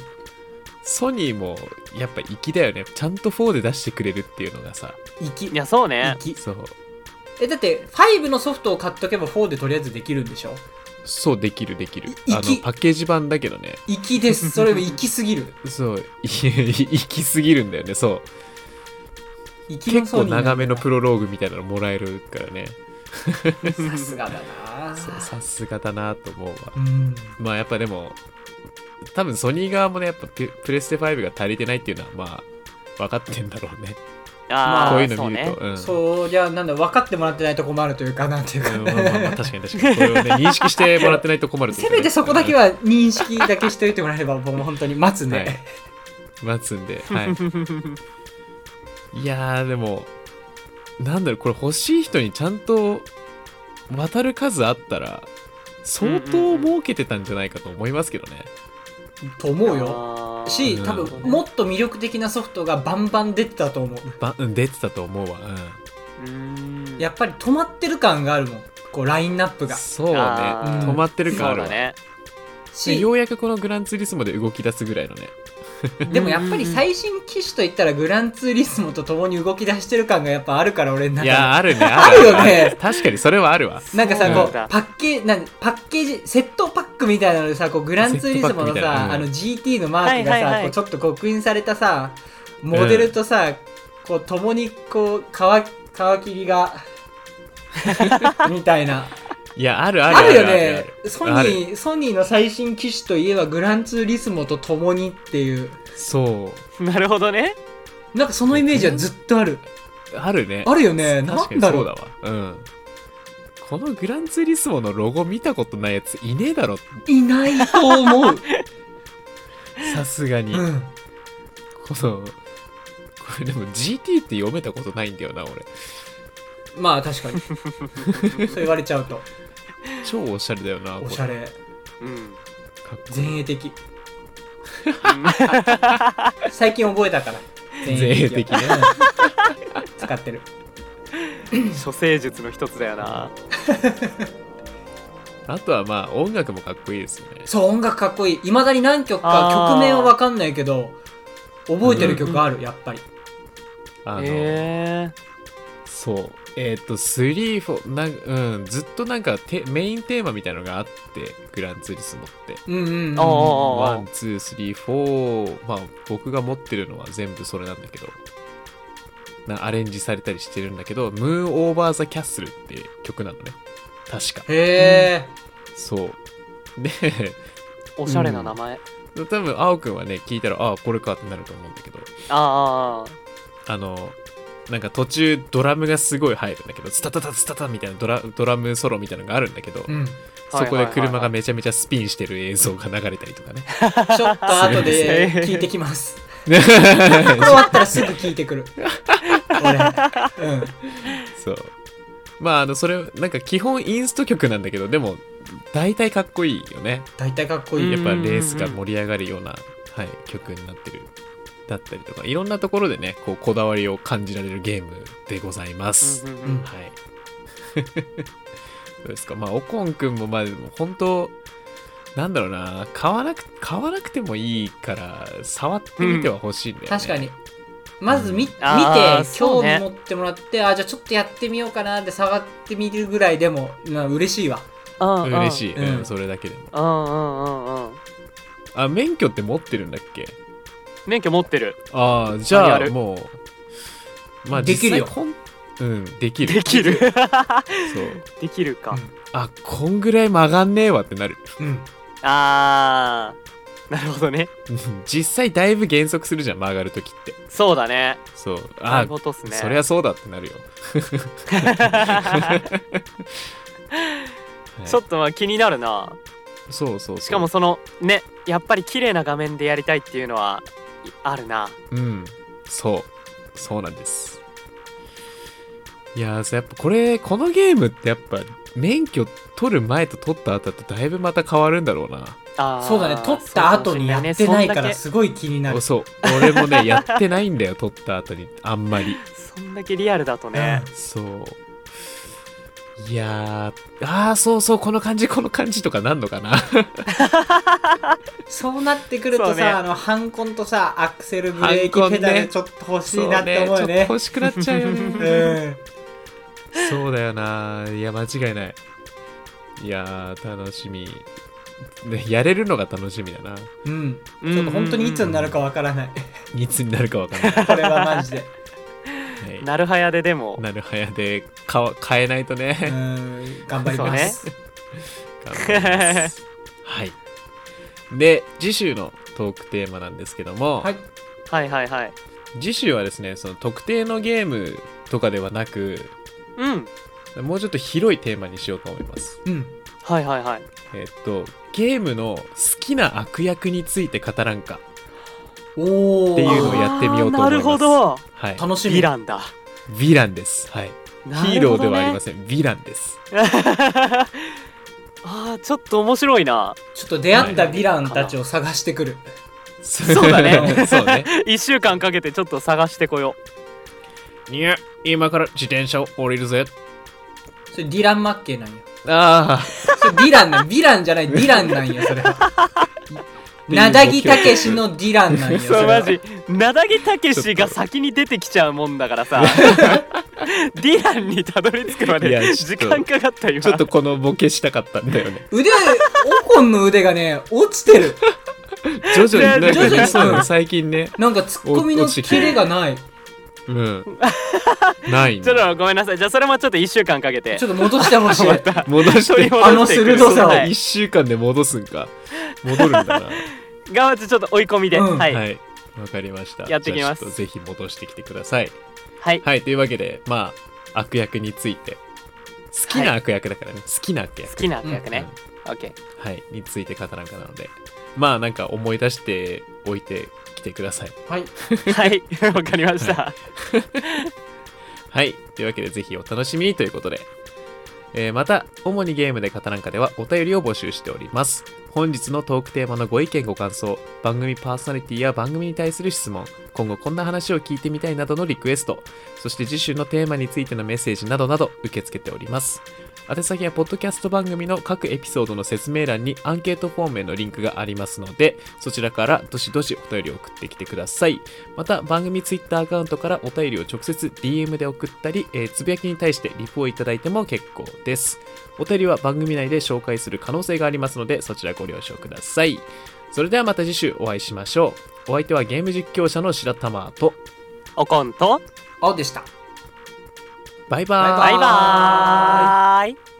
ソニーもやっぱ粋だよねちゃんと4で出してくれるっていうのがさ
き
いやそうね
き
そう
えだって5のソフトを買っとけば4でとりあえずできるんでしょ
そうできるできる
い
あの
粋
パッケージ版だけどね
き
(laughs)
ですそれもきすぎる
そうい粋すぎるんだよねそう
き
結構長めのプロローグみたいなのもらえるからね
さすがだな
そうさすがだなと思うわ
うん
まあやっぱでも多分ソニー側もねやっぱププレステ5が足りてないっていうのはまあ分かってんだろうね
(laughs) あー
こういうの見る
そ
と
う
う
ね
ん
そうじゃあなんだ分かってもらってないと困るというかなんていうか、
うんまあまあまあ確かに確かにこれをね認識してもらってないと困るという
せ
かね
めてそこだけは認識だけしといてもらえればもう本当に待つね、
はい待つんで、はい、いやーでもなんだろうこれ欲しい人にちゃんと渡る数あったら相当儲けてたんじゃないかと思いますけどね、
と思うよ
あー
し
うん
多分もっと魅力的なソフトがバンバン出てたと思う
ばうん、出てたと思うわ、う
うーん
やっぱり止まってる感があるもんこうラインナップ
ん、
が
そうね
あ
ー
止まってる感あ
そう
るわ
だね
で
し
ようやくこのグランツーリスモで動き出すぐらいのね
でもやっぱり最新機種といったらグランツーリスモと共に動き出してる感がやっぱあるから俺の中
い
で
や、あるね。
(laughs) あるよね
確かに、それはあるわ。
なんかさ、
うん
こうパッケージなんパッケージセットパックみたいなのでさこうグランツーリスモの
セットパックみたいな
さ、
うん
あの GT のマークがさ、
はいはいはい
こうちょっと刻印されたさモデルとさ、こう共にこう皮皮切
(laughs)
りがみたいない
や、あるある
あるよ
あ
ね
る
ソニ
ある
ーソニーの最新機種といえばグランツーリスモと共にっていう
そ
なるほどね
なんかそのイメージはずっとある
う。あるね。
あるよね
確かに
なんだ
そう
ろ
うだわ。うん。このグランツーリスモのロゴ見たことないやついねえだろ。
いないと思う、
さすがに。
うん、
この、これでも GT って読めたことないんだよな、俺。
まあ確かに (laughs) そう言われちゃうと
超おしゃれだよな、これ
おしゃ。れ
うん
かっこ
前衛的最近覚えたから
前衛的ね
うん (laughs) 使ってる
処世術の一つだよな
あとはまあ、音楽もかっこいいですよね。
そう音楽かっこいいいまだに何曲か
あー
曲名は分かんないけど覚えてる曲ある、やっぱり
あの、
へえ
そう。えっ、と、3、4、なんうん、ずっとなんかテメインテーマみたいのがあって、グランツーリスモって。
うんうん、うん、
あー
ワン、ツー、スリー、フォー。まあ、僕が持ってるのは全部それなんだけど。なアレンジされたりしてるんだけど、ムーンオーバーザキャッスルって曲なのね。確か。
へえ、
そう。で、 (laughs)
おしゃれな名前、
多分、青くんはね、聞いたら、ああ、これかってなると思うんだけど、
ああ
あの、なんか途中ドラムがすごい入るんだけど、ツタタタツタタみたいなドラドラムソロみたいなのがあるんだけど、
うん、ち
そこで車が
め
めちゃめちゃスピンしてる映像が流れたりとか
(laughs)
ね。
ょっと後
そ
で
うですね
聞いてき (laughs) ます終わったらすぐ聞いてくる俺、うん、
そう。まあ、あの、それ、なんか基本インスト曲なんだけど、でも、大体かっこいいよね。
大体かっこいい、
うん
やっぱレースが盛り上がるような、はい、曲になってる。だったりとか、いろんなところでね、こう、こだわりを感じられるゲームでございます。
うんうんうん
はい。 (laughs) どうですかまあ、オコンくんも、まあ、でも本当、なんだろうな、買わなく、買わなくてもいいから、触ってみてはほしいんだよね。
確かに。まず見,、見て
あーそ
興
うね
味持ってもらって、あじゃあちょっとやってみようかなって触ってみるぐらいでもな嬉しいわ
うんうん
嬉しい、うん
うん
それだけでも。
うんうんうんうん
あ、免許って持ってるんだっけ
免許持ってる
ああ、じゃ
マ
あ
ニュアル
もう、まあ、
できるよ
実際こんうん、できる。
で
(laughs)
きる
そう。
できるか、
うん
あ、こんぐらい曲がんねえわってなる。 (laughs)
うん
ああなるほどね
うん実際だいぶ減速するじゃん、曲がるときって。
そうだね
そう。
な
あ
る、ほどっすね
そりゃそうだってなるよ。はい
(laughs) ちょっとまあ気になるな
そうそうそう。
しかも、そのねやっぱり綺麗な画面でやりたいっていうのはいあるな
うん、そう。そうなんです。いやーさ、やっぱこれ、このゲームってやっぱ、免許取る前と取った後だとだいぶまた変わるんだろうな。
あー
そうだね撮った後にやってないから
そ
すごい気になる、
そう俺もね (laughs) やってないんだよ撮った後にあんまり
うかもしんないねそんだけリアルだとね、
そういやーああそうそうこの感じこの感じとかなんのかな
そうなってくると
そ
さ、
うね
あのハンコンとさアクセルブレー
ハンコ
キ
ンね
ペダルちょっと欲しいなって思
そ
うよ
ちょっ
ね
と欲しくなっちゃうよ
う
ね
(laughs) ん
そうだよないや間違いないいやー楽しみ、ね、やれるのが楽しみだな
うん、
うん
ちょっと本当にいつになるかわからない
いつになるかわ
(laughs)
かんない、は
これはマジで
い
なるはやででも
なるはやで買わ買えないとね、
うん頑張ります、
頑張りますはいで次週のトークテーマなんですけども、
はい
はいはいはい
次週はですねその特定のゲームとかではなく
うん
もうちょっと広いテーマにしようと思います
うん
はいはいはい
えっとゲームの好きな悪役について語らんか
おお
っていうのをやってみようと思います
あーなるほど
はい
楽し
ヴ
み
ィランだ
ヴィランですはいヒーローではありません、ヴィランです
あ (laughs) あーちょっと面白いな
ちょっと出会ったヴィランたちを探してくる、
そう
だね
(laughs) そうね
1週間かけてちょっと探してこよ
にゃ今から自転車を降りるぜ
それディラン・マッケイなんよ
ああ
それディランなん、ディランじゃない、ディランなんよ、それ。
っていう
なだぎ
動きを
たけしのディランなんよそ
そう
れは
マジなだぎたけしが先に出てきちゃうもんだからさ (laughs) ディランにたどり着くま
いやちょ
で
っと
時間かかった今
ちょっとこのボケしたかったんだよね
腕オコンの腕がね落ちてる
(laughs) 徐々にな
ね
んか
徐々
ね
に
そうなの最近ね
なんかツッコミ
お
の
落ちてきて
キレがないち
うんない (laughs) ん
ちょっ
だ
とごめんなさいじゃあそれもちょっと1週間かけて
ょっと戻してほ
(laughs)
しい
戻し
取り
て
あの
戻していく
鋭さを
はい
1週間で戻すんか戻るんだ
(laughs)
な
頑張ってちょっと追い込みで、
うん
はい、
はいわかりました
やってきます
じゃあちょっとぜひ戻してきてください
はい、
はいというわけでまあ悪役について好きな悪役だからね、好きな悪役
好きな悪役ね、オッケー
はい、について語らんかなのでまあなんか思い出しておいてきてください
はい
はい、 (laughs) わかりました。
はいというわけでぜひお楽しみにということで、えーまた主にゲームで語らんかではお便りを募集しております本日のトークテーマのご意見ご感想番組パーソナリティや番組に対する質問今後こんな話を聞いてみたいなどのリクエストそして次週のテーマについてのメッセージなどなど受け付けております宛先はポッドキャスト番組の各エピソードの説明欄にアンケートフォームへのリンクがありますのでそちらからどしどしお便りを送ってきてくださいまた番組ツイッターアカウントからお便りを直接 DM で送ったり、えーつぶやきに対してリプをいただいても結構ですお便りは番組内で紹介する可能性がありますのでそちらご了承くださいそれではまた次週お会いしましょうお相手はゲーム実況者の白玉と
おこんと、
青でした
バイバーイ
バイバーイ。